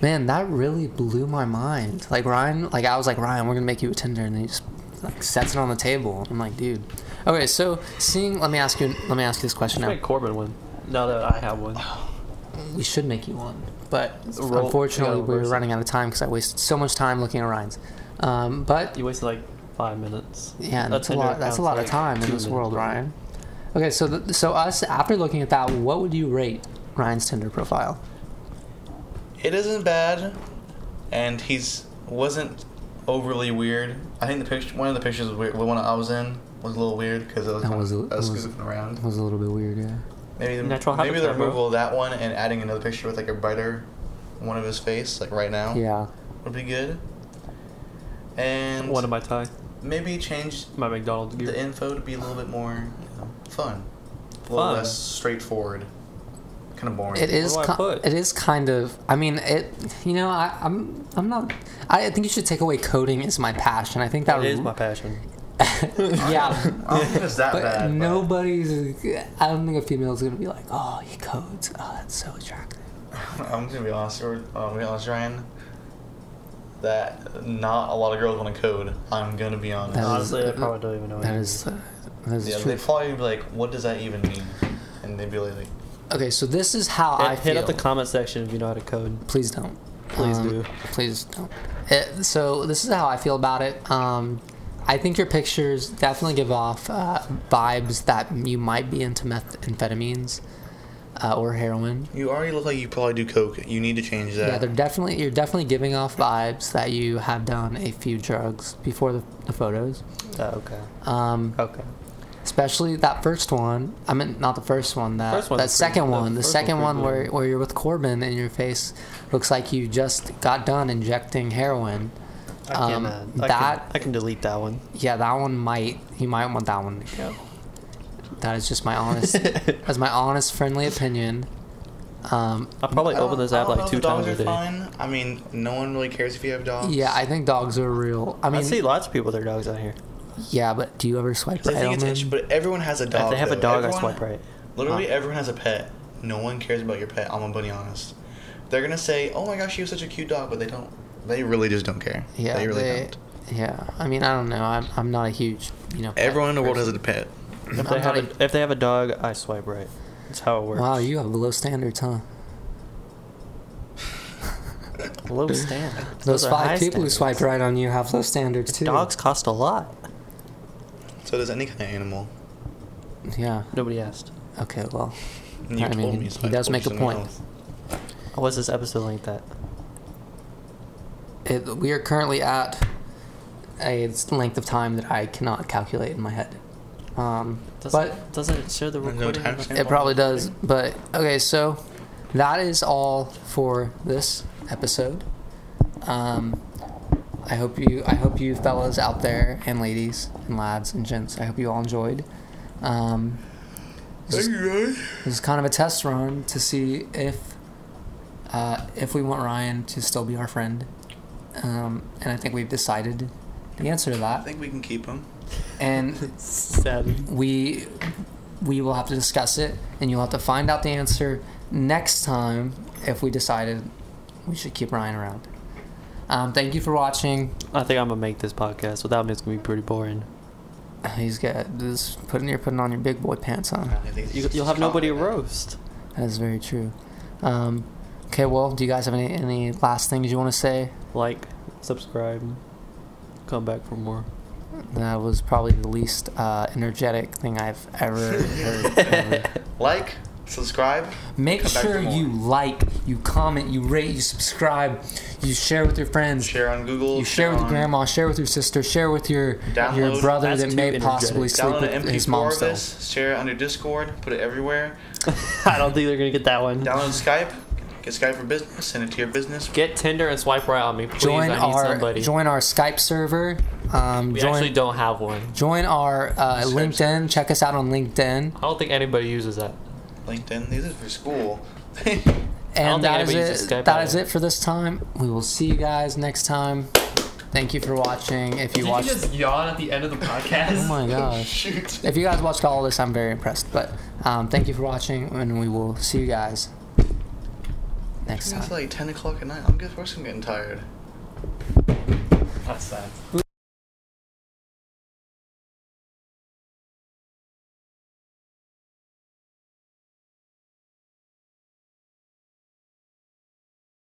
[SPEAKER 1] man, that really blew my mind. Like Ryan, like I was like Ryan, we're gonna make you a Tinder, and then he just like sets it on the table. I'm like, dude. Okay, so seeing, let me ask you, let me ask you this question
[SPEAKER 2] Let's
[SPEAKER 1] now.
[SPEAKER 2] make Corbin one. Now that I have one.
[SPEAKER 1] Oh. We should make you one, but
[SPEAKER 2] Roll-
[SPEAKER 1] unfortunately,
[SPEAKER 2] yeah,
[SPEAKER 1] we were
[SPEAKER 2] reverse it.
[SPEAKER 1] running out of time because I wasted so much time looking at Ryan's. Um, but
[SPEAKER 2] You wasted like five minutes.
[SPEAKER 1] Yeah,
[SPEAKER 2] A
[SPEAKER 1] that's a
[SPEAKER 2] Tinder
[SPEAKER 1] lot. That's a
[SPEAKER 2] account's
[SPEAKER 1] lot of
[SPEAKER 2] like
[SPEAKER 1] time in
[SPEAKER 2] two
[SPEAKER 1] this
[SPEAKER 2] minutes.
[SPEAKER 1] world, Ryan. Okay, so th- so us after looking at that, what would you rate Ryan's Tinder profile?
[SPEAKER 3] It isn't bad, and he's wasn't overly weird. I think the picture, one of the pictures was weird. The one I was in was a little weird because it was,
[SPEAKER 1] That
[SPEAKER 3] kind
[SPEAKER 1] was a-
[SPEAKER 3] of us
[SPEAKER 1] was-
[SPEAKER 3] goofing around.
[SPEAKER 1] was a little bit weird, yeah.
[SPEAKER 3] Maybe the,
[SPEAKER 2] Natural
[SPEAKER 3] maybe the
[SPEAKER 2] habitat, bro.
[SPEAKER 3] removal of that one and adding another picture with like a brighter one of his face, like right now,
[SPEAKER 1] Yeah,
[SPEAKER 3] would be good. And
[SPEAKER 2] One of my tie,
[SPEAKER 3] maybe change
[SPEAKER 2] my McDonald's gear.
[SPEAKER 3] the info to be a little bit more you know, fun, a little
[SPEAKER 2] Fun.
[SPEAKER 3] less straightforward, kind of boring.
[SPEAKER 1] it is.
[SPEAKER 2] do I
[SPEAKER 1] ki-
[SPEAKER 2] put?
[SPEAKER 1] it is kind of. I mean, it. You know, I, I'm. I'm not. I, I think you should take away coding as my passion. I think that.
[SPEAKER 2] That is my passion.
[SPEAKER 1] yeah,
[SPEAKER 3] I don't think it's that
[SPEAKER 1] but
[SPEAKER 3] bad. but-
[SPEAKER 1] nobody's. I don't think a female's gonna be like, oh, he codes. Oh, that's so attractive.
[SPEAKER 3] I'm gonna be honest, or I'm gonna be honest, Ryan. That not a lot of girls want to code. I'm gonna be honest.
[SPEAKER 1] That is-
[SPEAKER 2] Honestly, I probably don't even know.
[SPEAKER 1] That
[SPEAKER 2] it.
[SPEAKER 1] is. Uh, that is
[SPEAKER 3] yeah,
[SPEAKER 1] true.
[SPEAKER 3] they probably be like, "What does that even mean?" And they'd be like,
[SPEAKER 1] Okay, so this is how I
[SPEAKER 2] Hit, hit
[SPEAKER 1] feel.
[SPEAKER 2] up the comment section if you know how to code.
[SPEAKER 1] Please don't.
[SPEAKER 2] Please
[SPEAKER 1] Um,
[SPEAKER 2] do.
[SPEAKER 1] Please don't. It, so this is how I feel about it. Um, I think your pictures definitely give off uh, vibes that you might be into methamphetamines uh, or heroin.
[SPEAKER 3] "You already look like you probably do coke. You need to change that."
[SPEAKER 1] Yeah, they're definitely you're definitely giving off vibes that you have done a few drugs before the, the photos.
[SPEAKER 2] Oh, okay.
[SPEAKER 1] Um,
[SPEAKER 2] Okay.
[SPEAKER 1] especially that first one. I mean, not the first one. That
[SPEAKER 2] First one's
[SPEAKER 1] that
[SPEAKER 2] pretty-
[SPEAKER 1] second
[SPEAKER 2] the
[SPEAKER 1] one. The
[SPEAKER 2] first
[SPEAKER 1] second
[SPEAKER 2] one's
[SPEAKER 1] one
[SPEAKER 2] pretty
[SPEAKER 1] where
[SPEAKER 2] good.
[SPEAKER 1] where you're with Corbin and your face looks like you just got done injecting heroin.
[SPEAKER 2] I
[SPEAKER 1] Um,
[SPEAKER 2] can, uh, I
[SPEAKER 1] that-
[SPEAKER 2] can, I can delete that one.
[SPEAKER 1] Yeah, that one might. You might want that one to go. That is just my honest. that's my honest, friendly opinion. Um,
[SPEAKER 2] I probably
[SPEAKER 3] I don't-
[SPEAKER 2] open this
[SPEAKER 3] I
[SPEAKER 2] app
[SPEAKER 3] don't know
[SPEAKER 2] like
[SPEAKER 3] if
[SPEAKER 2] two
[SPEAKER 3] the dogs
[SPEAKER 2] times a
[SPEAKER 3] are
[SPEAKER 2] day.
[SPEAKER 3] Fine. I mean, no one really cares if you have dogs.
[SPEAKER 1] yeah, I think dogs are real. I
[SPEAKER 2] I,
[SPEAKER 1] mean,
[SPEAKER 2] see lots of people with their dogs out here.
[SPEAKER 1] yeah, but do you ever swipe
[SPEAKER 3] I
[SPEAKER 1] right
[SPEAKER 3] think
[SPEAKER 1] on
[SPEAKER 3] it's itch,
[SPEAKER 1] them?
[SPEAKER 3] but everyone has a dog.
[SPEAKER 2] if they have a
[SPEAKER 3] though.
[SPEAKER 2] dog, I
[SPEAKER 3] Everyone-
[SPEAKER 2] swipe right.
[SPEAKER 3] Literally, everyone has a pet. No one cares about your pet. I'm gonna be honest. They're gonna say, "Oh my gosh, you have such a cute dog," but they don't. They really just don't care.
[SPEAKER 1] Yeah,
[SPEAKER 3] they really
[SPEAKER 1] they-
[SPEAKER 3] don't.
[SPEAKER 1] Yeah, I mean, I don't know. I'm, I'm not a huge, you know. pet
[SPEAKER 3] Everyone in the world has
[SPEAKER 1] person.
[SPEAKER 3] a pet.
[SPEAKER 2] If
[SPEAKER 1] I'm
[SPEAKER 2] they,
[SPEAKER 1] not
[SPEAKER 2] have a, if they have a dog, I swipe right. That's how it works.
[SPEAKER 1] Wow, you have low standards, huh?
[SPEAKER 2] low standard.
[SPEAKER 1] Those,
[SPEAKER 2] are high
[SPEAKER 1] five people who
[SPEAKER 2] standards.
[SPEAKER 1] swiped right on you have low standards too.
[SPEAKER 2] Dogs cost a lot.
[SPEAKER 3] So does any kind of animal.
[SPEAKER 1] Yeah.
[SPEAKER 2] Nobody asked.
[SPEAKER 1] Okay. Well,
[SPEAKER 3] You
[SPEAKER 1] I
[SPEAKER 3] told
[SPEAKER 1] mean,
[SPEAKER 3] me,
[SPEAKER 1] he-
[SPEAKER 3] so
[SPEAKER 1] he
[SPEAKER 3] I
[SPEAKER 1] does
[SPEAKER 3] told
[SPEAKER 1] make a
[SPEAKER 3] someone
[SPEAKER 1] point.
[SPEAKER 3] else.
[SPEAKER 2] What's this episode like that?
[SPEAKER 1] it, we are currently at a length of time that I cannot calculate in my head. Um,
[SPEAKER 2] Doesn't,
[SPEAKER 1] but
[SPEAKER 2] doesn't it show the
[SPEAKER 3] There's no
[SPEAKER 2] recording? on the-
[SPEAKER 3] timestamp?
[SPEAKER 1] it probably does. But okay, so that is all for this episode. Um, I hope you I hope you fellas out there and ladies and lads and gents. I hope you all enjoyed. Um,
[SPEAKER 3] Thank you guys.
[SPEAKER 1] this is kind of a test run to see if uh, if we want Ryan to still be our friend, um, and I think we've decided the answer to
[SPEAKER 3] I
[SPEAKER 1] that.
[SPEAKER 3] think we can keep him.
[SPEAKER 1] And
[SPEAKER 2] Sad.
[SPEAKER 1] we we will have to discuss it, and you'll have to find out the answer next time if we decided we should keep Ryan around. Um, thank you for watching.
[SPEAKER 2] I think I'm gonna make this podcast. Without me, it's gonna be pretty boring.
[SPEAKER 1] He's got this putting you're putting on your big boy pants on.
[SPEAKER 3] I think
[SPEAKER 2] You,
[SPEAKER 3] he's
[SPEAKER 2] you'll have nobody to
[SPEAKER 3] confident.
[SPEAKER 2] roast.
[SPEAKER 1] That is very true. Um, okay, well, do you guys have any, any last things you want to say?
[SPEAKER 2] Like, subscribe, come back for more.
[SPEAKER 1] That was probably the least uh, energetic thing I've ever heard. ever.
[SPEAKER 3] Like, subscribe.
[SPEAKER 1] Make
[SPEAKER 3] Come back for
[SPEAKER 1] sure
[SPEAKER 3] more.
[SPEAKER 1] you like, you comment, you rate, you subscribe, you share with your friends.
[SPEAKER 3] Share on Google.
[SPEAKER 1] You share with
[SPEAKER 3] on-
[SPEAKER 1] grandma, share with your sister, share with your your
[SPEAKER 3] Download-
[SPEAKER 1] brother
[SPEAKER 2] That's
[SPEAKER 1] that
[SPEAKER 2] too
[SPEAKER 1] may
[SPEAKER 2] energetic.
[SPEAKER 1] possibly sleep
[SPEAKER 3] Download
[SPEAKER 1] with
[SPEAKER 3] an
[SPEAKER 1] his
[SPEAKER 3] MP4
[SPEAKER 1] mom
[SPEAKER 3] of
[SPEAKER 1] still.
[SPEAKER 3] this. Share it on your Discord. Put it everywhere.
[SPEAKER 2] I don't think they're gonna get that one.
[SPEAKER 3] Download Skype. Get Skype for business. Send it to your business.
[SPEAKER 2] Get Tinder and swipe right on me, please.
[SPEAKER 1] Join
[SPEAKER 2] I need
[SPEAKER 1] our
[SPEAKER 2] somebody.
[SPEAKER 1] join our Skype server. Um,
[SPEAKER 2] we
[SPEAKER 1] join
[SPEAKER 2] actually don't have one.
[SPEAKER 1] join our uh,
[SPEAKER 3] Skype
[SPEAKER 1] LinkedIn. Check us out on LinkedIn.
[SPEAKER 2] I don't think anybody uses that.
[SPEAKER 3] LinkedIn. These are for school.
[SPEAKER 1] And
[SPEAKER 2] think
[SPEAKER 1] that is
[SPEAKER 2] anybody uses
[SPEAKER 1] it.
[SPEAKER 2] Skype
[SPEAKER 1] That
[SPEAKER 2] either.
[SPEAKER 1] is it for this time. We will see you guys next time. Thank you for watching. If you watched,
[SPEAKER 2] yawn at the end of the
[SPEAKER 1] oh
[SPEAKER 2] podcast?
[SPEAKER 1] my gosh.
[SPEAKER 3] Shoot.
[SPEAKER 1] If you guys watched all this, I'm very impressed. But um, thank you for watching, and we will see you guys next
[SPEAKER 3] It's
[SPEAKER 1] time.
[SPEAKER 3] like 10 o'clock at night. I'm good. Of course I'm getting tired.
[SPEAKER 2] That's sad.